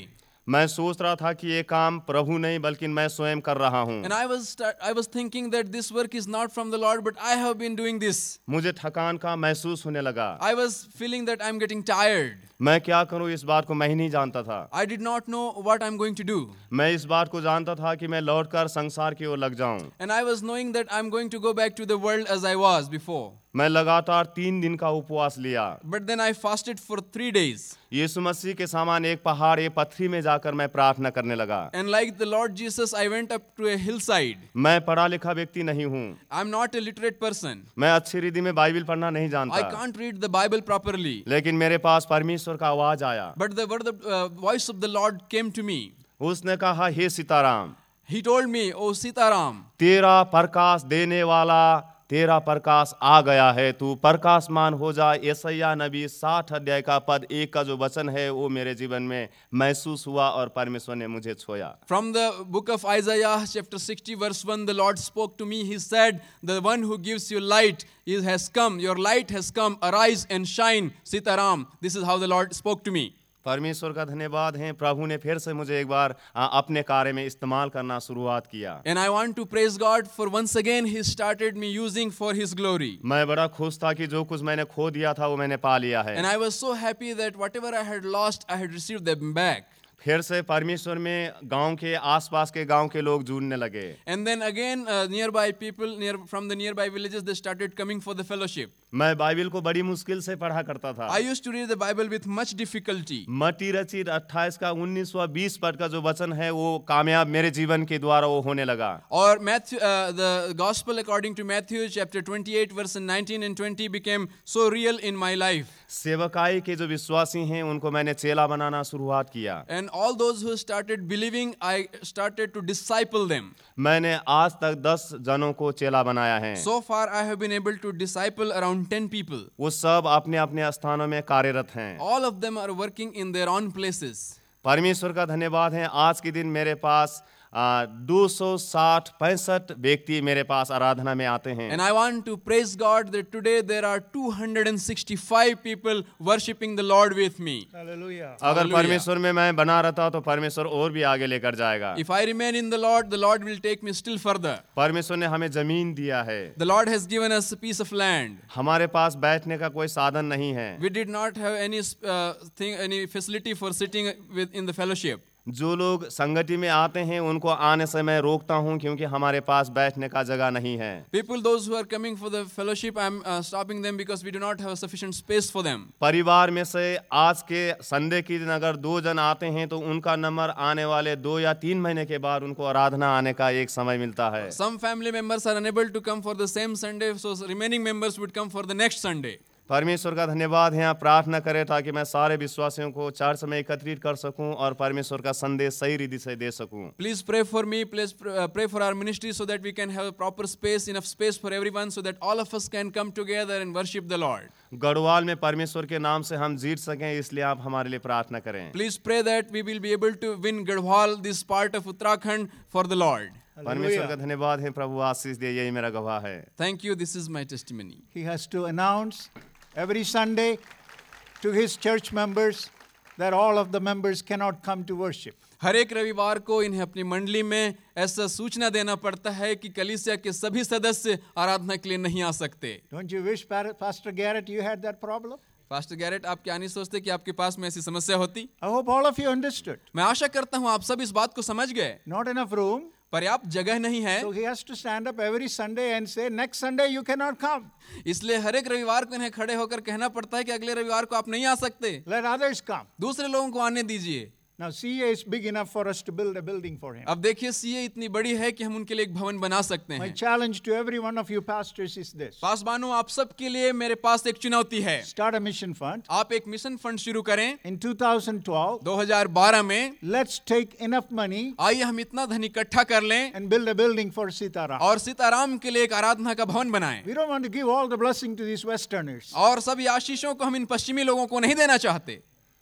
Speaker 3: मैं सोच रहा था कि ये काम प्रभु नहीं बल्कि मैं स्वयं कर रहा हूँ
Speaker 2: And I was start, I was thinking that this work is not from the Lord, but I have been doing this.
Speaker 3: मुझे थकान का महसूस होने लगा
Speaker 2: I was feeling that I'm getting tired.
Speaker 3: मैं क्या करूँ इस बात को मैं ही नहीं जानता था
Speaker 2: I did not know what I'm going to do.
Speaker 3: मैं इस बात को जानता था कि मैं लौटकर संसार की ओर लग जाऊं
Speaker 2: And I was knowing that I'm going to go back to the world as I was before.
Speaker 3: मैं लगातार तीन दिन का उपवास लिया
Speaker 2: But then I fasted for three days.
Speaker 3: यीशु मसीह के सामान एक पहाड़ एक पथरी में जाकर मैं प्रार्थना करने लगा
Speaker 2: And like the Lord Jesus, I went up to a hillside.
Speaker 3: मैं पढ़ा लिखा व्यक्ति नहीं हूँ
Speaker 2: I'm not a literate person.
Speaker 3: मैं अच्छी रीति में बाइबिल पढ़ना नहीं
Speaker 2: I
Speaker 3: जानता
Speaker 2: can't read the Bible properly.
Speaker 3: लेकिन मेरे पास परमेश्वर का आवाज आया
Speaker 2: But the word, of- uh, voice of the Lord came to me.
Speaker 3: उसने कहा हे Sitaram
Speaker 2: He told me, O Sitaram,
Speaker 3: तेरा प्रकाश देने वाला तेरा प्रकाश आ गया है तू प्रकाशमान हो जा ऐसैया नबी साठ अध्याय का पद एक का जो वचन है वो मेरे जीवन में महसूस हुआ और परमेश्वर ने मुझे छोया
Speaker 2: from the book of Isaiah, chapter 60, verse 1, the Lord spoke to me. He said, The one who gives you light is, has come. Your light has come. Arise and shine, Sitaram. This is how the Lord spoke to me.
Speaker 3: परमेश्वर का धन्यवाद है प्रभु ने फिर से मुझे एक बार आ, अपने कार्य में इस्तेमाल करना शुरुआत किया
Speaker 2: And I want to praise God for once again He started me using for His glory.
Speaker 3: मैं बड़ा खुश था कि जो कुछ मैंने खो दिया था वो मैंने पा लिया
Speaker 2: And
Speaker 3: है
Speaker 2: I was so happy that whatever I had lost, I had received them back.
Speaker 3: फिर से परमेश्वर में गांव के आसपास के गांव के लोग जुड़ने लगे
Speaker 2: And then again, uh, nearby people near from the nearby villages they started coming for the fellowship.
Speaker 3: मैं बाइबिल को बड़ी मुश्किल से पढ़ा करता था
Speaker 2: I used to read the Bible with much difficulty,
Speaker 3: मती रचित 28 का 19 व 20 पद का जो वचन है वो कामयाब मेरे जीवन के द्वारा वो होने लगा
Speaker 2: or Matthew, uh, the Gospel according to Matthew chapter 28, verse 19 and 20 became so real in my life.
Speaker 3: सेवकाई के जो विश्वासी हैं उनको मैंने चेला बनाना शुरुआत किया
Speaker 2: And all those who started believing, I started to disciple them.
Speaker 3: मैंने आज तक 10 जनों को चेला बनाया है
Speaker 2: So far, I have been able to disciple around 10 people.
Speaker 3: वो सब अपने अपने स्थानों में कार्यरत हैं
Speaker 2: All of them are working in their own places.
Speaker 3: परमेश्वर का धन्यवाद है आज के दिन मेरे पास दो सौ साठ पैंसठ व्यक्ति मेरे पास आराधना में आते हैं
Speaker 2: And I want to praise God that today there are 265 people worshiping the Lord with me.
Speaker 1: Hallelujah.
Speaker 3: अगर
Speaker 2: Hallelujah.
Speaker 3: परमेश्वर में मैं बना रहता तो परमेश्वर और भी आगे लेकर जाएगा
Speaker 2: If I remain in the Lord, the Lord will take me still further.
Speaker 3: परमेश्वर ने हमें जमीन दिया है
Speaker 2: The Lord has given us a piece of land.
Speaker 3: हमारे पास बैठने का कोई साधन नहीं है
Speaker 2: We did not have any uh, thing, any facility for sitting with in the fellowship.
Speaker 3: जो लोग संगति में आते हैं उनको आने से मैं रोकता हूँ क्योंकि हमारे पास बैठने का जगह नहीं है
Speaker 2: People, those who are coming for the fellowship, I'm uh, stopping them because we do not have sufficient space for them.
Speaker 3: परिवार में से आज के संडे की दिन अगर दो जन आते हैं तो उनका नंबर आने वाले दो या तीन महीने के बाद उनको आराधना आने का एक समय मिलता है
Speaker 2: Some family members are unable to come for the same Sunday, so remaining members would come for the next Sunday.
Speaker 3: परमेश्वर का धन्यवाद है आप प्रार्थना करें ताकि मैं सारे विश्वासियों को चर्च में एकत्रित कर सकूं और परमेश्वर का संदेश सही रीति से दे सकूं
Speaker 2: Please pray for me. Please pr- uh, pray for our ministry so that we can have a proper space, enough space for everyone, so that all of us can come together and worship the Lord.
Speaker 3: Garhwal में परमेश्वर के नाम से हम जीत सकें इसलिए आप हमारे लिए प्रार्थना करें
Speaker 2: Please pray that we will be able to win Gadhwal, this part of Uttarakhand, for the Lord.
Speaker 3: परमेश्वर का धन्यवाद है प्रभु आशीष दे यही मेरा गवाह है
Speaker 2: Thank you. This is my testimony.
Speaker 1: He has to announce every Sunday to his church members that all of the members cannot come to worship.
Speaker 2: हर एक रविवार को इन्हें अपनी मंडली में ऐसा सूचना देना पड़ता है कि कलिसिया के सभी सदस्य आराधना के लिए नहीं आ सकते
Speaker 1: Don't you wish, Par- Pastor Garrett, you had that problem?
Speaker 2: Pastor Garrett आप क्या नहीं सोचते कि आपके पास में ऐसी समस्या होती
Speaker 1: I hope all of you understood.
Speaker 2: मैं आशा करता हूँ आप सब इस बात को समझ गए
Speaker 1: Not enough room.
Speaker 2: पर्याप्त जगह नहीं है
Speaker 1: So he has to stand up every Sunday and say, Next Sunday you cannot come.
Speaker 2: इसलिए हर एक रविवार को इन्हें खड़े होकर कहना पड़ता है कि अगले रविवार को आप नहीं आ सकते
Speaker 1: Let others come.
Speaker 2: दूसरे लोगों को आने दीजिए
Speaker 1: Now, CA is big enough for us to build a building for him.
Speaker 2: अब देखिए सीए इतनी बड़ी है कि हम उनके लिए एक भवन बना सकते
Speaker 1: My
Speaker 2: हैं
Speaker 1: challenge to every one of you pastors is this
Speaker 2: पासवानों आप सबके लिए मेरे पास एक चुनौती है
Speaker 1: start a mission fund.
Speaker 2: आप एक मिशन फंड शुरू करें
Speaker 1: In 2012,
Speaker 2: 2012 में
Speaker 1: let's take enough money
Speaker 2: आइए हम इतना धन इकट्ठा कर लें
Speaker 1: and build a building for Sitara.
Speaker 2: और सीताराम के लिए एक आराधना का भवन बनाएं
Speaker 1: We don't want to give all the blessing to these Westerners.
Speaker 2: और सभी आशीषों को हम इन पश्चिमी लोगों को नहीं देना चाहते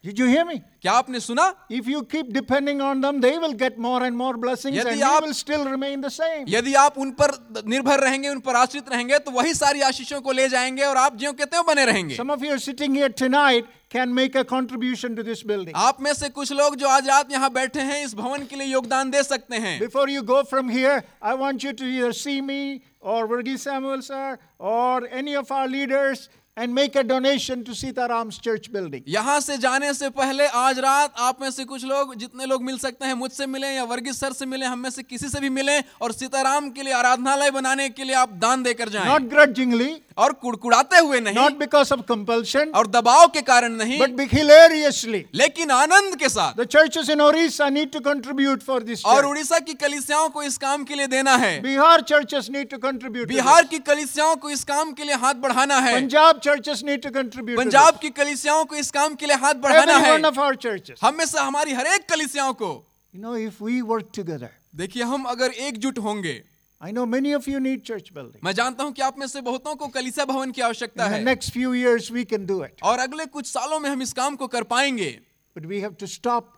Speaker 1: Did you hear me?
Speaker 2: क्या आपने सुना
Speaker 1: If you keep depending on them, they will get more and more blessings
Speaker 2: यदि
Speaker 1: and you
Speaker 2: आप-
Speaker 1: will still remain the same.
Speaker 2: यदि आप उन पर निर्भर रहेंगे उन पर आश्रित रहेंगे तो वही सारी आशीषों को ले जाएंगे और आप ज्यों के त्यों बने रहेंगे
Speaker 1: Some of you sitting here tonight can make a contribution to this building.
Speaker 2: आप में से कुछ लोग जो आज रात यहाँ बैठे हैं इस भवन के लिए योगदान दे सकते हैं
Speaker 1: Before you go from here, I want you to either see me or Virgi Samuel sir or any of our leaders and make a donation to Sitaram's church building.
Speaker 2: यहाँ से जाने से पहले आज रात आप में से कुछ लोग जितने लोग मिल सकते हैं मुझसे मिलें या वर्गीस सर से मिलें हम में से किसी से भी मिलें और सीताराम के लिए आराधनालय बनाने के लिए आप दान देकर जाएं
Speaker 1: Not grudgingly,
Speaker 2: और कुड़कुड़ाते हुए नहीं
Speaker 1: not because of compulsion,
Speaker 2: और दबाव के कारण नहीं
Speaker 1: but be- hilariously.
Speaker 2: लेकिन आनंद के साथ
Speaker 1: The churches in Orissa need to contribute for this.
Speaker 2: और
Speaker 1: church.
Speaker 2: उड़ीसा की कलिसियाओं को इस काम के लिए देना है
Speaker 1: Bihar churches need to contribute. to
Speaker 2: Bihar
Speaker 1: this.
Speaker 2: की कलिसियाओं को इस काम के लिए हाथ बढ़ाना है
Speaker 1: Punjab churches need to contribute. to
Speaker 2: Punjab
Speaker 1: this.
Speaker 2: की कलिसियाओं को इस काम के लिए हाथ बढ़ाना
Speaker 1: Every
Speaker 2: है
Speaker 1: one of our churches.
Speaker 2: हम में से हमारी हर एक कलिसियाओं को
Speaker 1: You know, if we work together,
Speaker 2: देखिए हम अगर एकजुट होंगे
Speaker 1: I know many of you need church building.
Speaker 2: मैं जानता हूं कि आप में से बहुतों को कलीसिया भवन की आवश्यकता
Speaker 1: In the
Speaker 2: है
Speaker 1: next few years, we can do it.
Speaker 2: और अगले कुछ सालों में हम इस काम को कर पाएंगे
Speaker 1: But we have to stop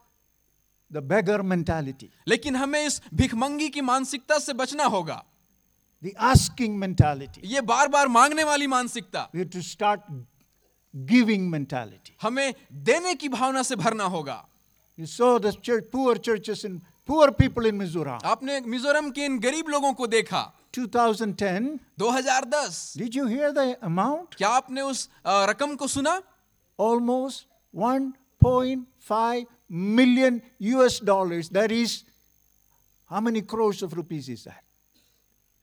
Speaker 1: the beggar mentality,
Speaker 2: लेकिन हमें इस भिखमंगी की मानसिकता से बचना होगा
Speaker 1: the asking mentality.
Speaker 2: ये बार बार मांगने वाली मानसिकता
Speaker 1: We have to start giving mentality.
Speaker 2: हमें देने की भावना से भरना होगा
Speaker 1: You saw the church, poor churches and poor people in Mizoram.
Speaker 2: आपने मिजोरम के इन गरीब लोगों को देखा
Speaker 1: 2010,
Speaker 2: 2010
Speaker 1: did you hear the amount?
Speaker 2: क्या आपने उस अ, रकम को सुना
Speaker 1: Almost 1.5 million US dollars. That is, how many crores of rupees is that?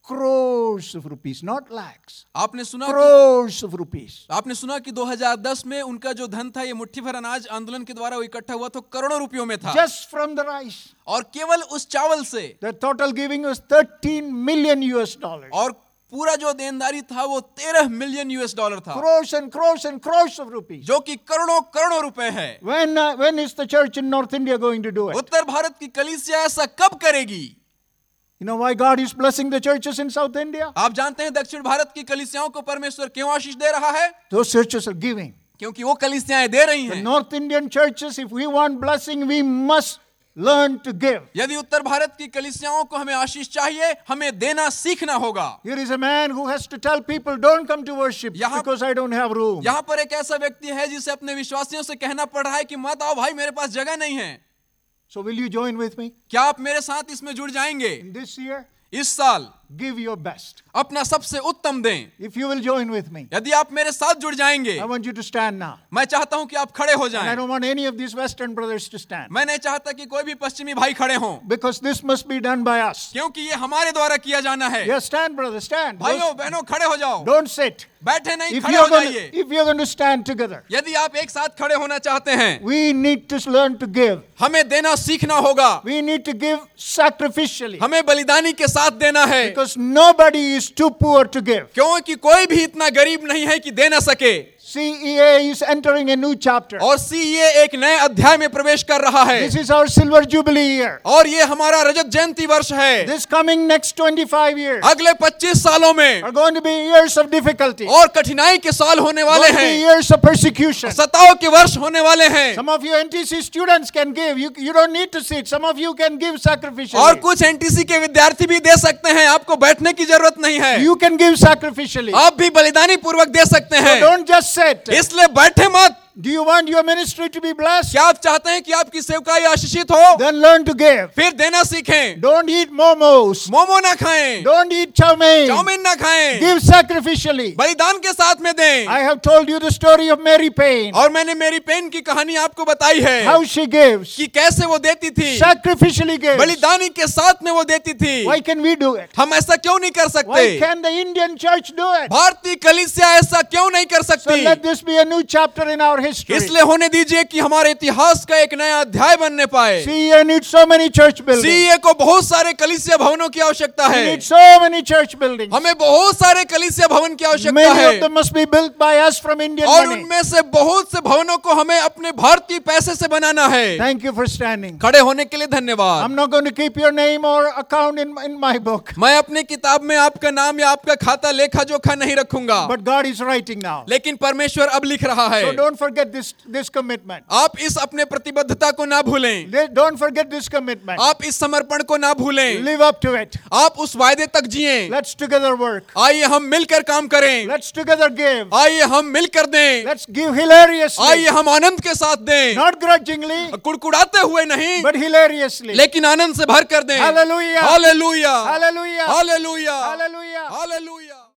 Speaker 1: Crores of rupees, not lakhs.
Speaker 2: आपने सुना कि-
Speaker 1: Crores of rupees.
Speaker 2: आपने सुना कि 2010 में उनका जो धन था ये मुट्ठी भर अनाज आंदोलन के द्वारा वो इकट्ठा हुआ था करोड़ों रुपयों में था
Speaker 1: Just from the rice.
Speaker 2: और केवल उस चावल से
Speaker 1: The total giving was 13 million US dollars.
Speaker 2: और पूरा जो देनदारी था वो तेरह मिलियन यूएस डॉलर था
Speaker 1: Crores and crores and crores of rupees.
Speaker 2: जो कि करोड़ों करोड़ों रुपए है
Speaker 1: When, uh, when is the church in North India going to do it?
Speaker 2: उत्तर भारत की कलीसिया ऐसा कब करेगी
Speaker 1: You know why God is blessing the churches in South India?
Speaker 2: आप जानते हैं दक्षिण भारत की कलीसियाओं को परमेश्वर क्यों आशीष दे रहा है
Speaker 1: Those churches are giving.
Speaker 2: क्योंकि वो कलीसियाएं दे रही
Speaker 1: The
Speaker 2: हैं
Speaker 1: North Indian churches, if we want blessing, we must learn to give.
Speaker 2: यदि उत्तर भारत की कलीसियाओं को हमें आशीष चाहिए हमें देना सीखना होगा
Speaker 1: Here is a man who has to tell people, don't come to worship
Speaker 2: यहाँ-
Speaker 1: because I don't have room.
Speaker 2: यहाँ पर एक ऐसा व्यक्ति है जिसे अपने विश्वासियों से कहना पड़ रहा है कि मत आओ भाई मेरे पास जगह नहीं है
Speaker 1: So, will you join with me?
Speaker 2: क्या आप मेरे साथ इसमें जुड़ जाएंगे
Speaker 1: In this year,
Speaker 2: इस साल
Speaker 1: give your best.
Speaker 2: अपना सबसे उत्तम दें
Speaker 1: If you will join with me,
Speaker 2: यदि आप मेरे साथ जुड़ जाएंगे
Speaker 1: I want you to stand now.
Speaker 2: मैं चाहता हूं कि आप खड़े हो
Speaker 1: And I
Speaker 2: जाएं
Speaker 1: don't want any of these Western brothers to stand.
Speaker 2: मैं नहीं चाहता कि कोई भी पश्चिमी भाई खड़े हों
Speaker 1: because this must be done by us.
Speaker 2: क्योंकि ये हमारे द्वारा किया जाना है
Speaker 1: Yes, stand, brother, stand.
Speaker 2: भाइयों
Speaker 1: Don't-
Speaker 2: बहनों खड़े हो जाओ
Speaker 1: Don't sit.
Speaker 2: बैठे नहीं
Speaker 1: If
Speaker 2: खड़े हो
Speaker 1: you're, going to,
Speaker 2: जाइए
Speaker 1: if you're going to stand together,
Speaker 2: यदि आप एक साथ खड़े होना चाहते हैं
Speaker 1: we need to learn to give.
Speaker 2: हमें देना सीखना होगा
Speaker 1: We need to give sacrificially.
Speaker 2: हमें बलिदानी के साथ देना है
Speaker 1: Because nobody is too poor to give.
Speaker 2: क्योंकि कोई भी इतना गरीब नहीं है कि दे ना सके
Speaker 1: CEA is entering E a new chapter.
Speaker 2: और सीए एक नए अध्याय में प्रवेश कर रहा है
Speaker 1: This is our silver jubilee year.
Speaker 2: और ये हमारा रजत जयंती वर्ष है
Speaker 1: This coming next 25 years
Speaker 2: अगले 25 सालों में
Speaker 1: are going to be years of difficulty,
Speaker 2: और कठिनाई के साल होने वाले
Speaker 1: going to be
Speaker 2: हैं
Speaker 1: years of persecution.
Speaker 2: सताओ के वर्ष होने वाले हैं
Speaker 1: Some of you NTC students can give. You, you don't need to sit. Some of you can give sacrificially.
Speaker 2: और कुछ एनटीसी के विद्यार्थी भी दे सकते हैं आपको बैठने की जरूरत नहीं है
Speaker 1: You can give sacrificially.
Speaker 2: आप भी बलिदानी पूर्वक दे सकते
Speaker 1: So
Speaker 2: हैं
Speaker 1: don't just sit.
Speaker 2: इसलिए बैठे मत
Speaker 1: Do you want your ministry to be blessed?
Speaker 2: क्या आप चाहते हैं कि आपकी सेवकाई आशीषित हो
Speaker 1: Then learn to give.
Speaker 2: फिर देना सीखें
Speaker 1: Don't eat momos.
Speaker 2: मोमो ना खाएं
Speaker 1: Don't eat chow mein.
Speaker 2: Chowmein ना खाएं
Speaker 1: Give sacrificially.
Speaker 2: बलिदान के साथ में दें
Speaker 1: I have told you the story of Mary Payne.
Speaker 2: और मैंने मेरी पेन की कहानी आपको बताई है
Speaker 1: How she gives.
Speaker 2: कि कैसे वो देती थी
Speaker 1: Sacrificially gives.
Speaker 2: बलिदानी के साथ में वो देती थी
Speaker 1: Why can we do it?
Speaker 2: हम ऐसा क्यों नहीं कर
Speaker 1: Why
Speaker 2: सकते
Speaker 1: can the Indian church do it?
Speaker 2: भारतीय कलिसिया ऐसा क्यों नहीं कर
Speaker 1: So let
Speaker 2: सकती
Speaker 1: this be a new chapter in our history.
Speaker 2: इसलिए होने दीजिए कि हमारे इतिहास का एक नया अध्याय बनने पाए
Speaker 1: CEA needs so many church buildings.
Speaker 2: CA को बहुत सारे कलिसिया भवनों की आवश्यकता
Speaker 1: We
Speaker 2: है
Speaker 1: need so many church buildings.
Speaker 2: हमें बहुत सारे कलिसिया भवन की आवश्यकता
Speaker 1: Many
Speaker 2: है
Speaker 1: of them must be built by us from Indian
Speaker 2: और
Speaker 1: money.
Speaker 2: उनमें से बहुत से भवनों को हमें अपने भारतीय पैसे से बनाना है
Speaker 1: Thank you for standing.
Speaker 2: खड़े होने के लिए धन्यवाद
Speaker 1: I'm not going to keep your name or account in, in my book.
Speaker 2: मैं अपनी किताब में आपका नाम या आपका खाता लेखा जोखा नहीं रखूंगा
Speaker 1: But God is writing now.
Speaker 2: लेकिन परमेश्वर अब लिख रहा है
Speaker 1: So don't forget this, this commitment.
Speaker 2: आप इस अपने प्रतिबद्धता को ना भूलें
Speaker 1: Li- Don't forget this commitment.
Speaker 2: आप इस समर्पण को ना भूलें
Speaker 1: Live up to it.
Speaker 2: आप उस वायदे तक जिए
Speaker 1: Let's together work.
Speaker 2: आइए हम मिलकर काम करें
Speaker 1: Let's together give.
Speaker 2: आइए हम मिलकर दें
Speaker 1: Let's give hilariously.
Speaker 2: आइए हम आनंद के साथ दें
Speaker 1: Not grudgingly,
Speaker 2: कुड़कुड़ाते हुए नहीं
Speaker 1: but hilariously.
Speaker 2: लेकिन आनंद से भर कर दें
Speaker 1: Hallelujah.
Speaker 2: Hallelujah
Speaker 1: Hallelujah.
Speaker 2: Hallelujah
Speaker 1: Hallelujah.
Speaker 2: Hallelujah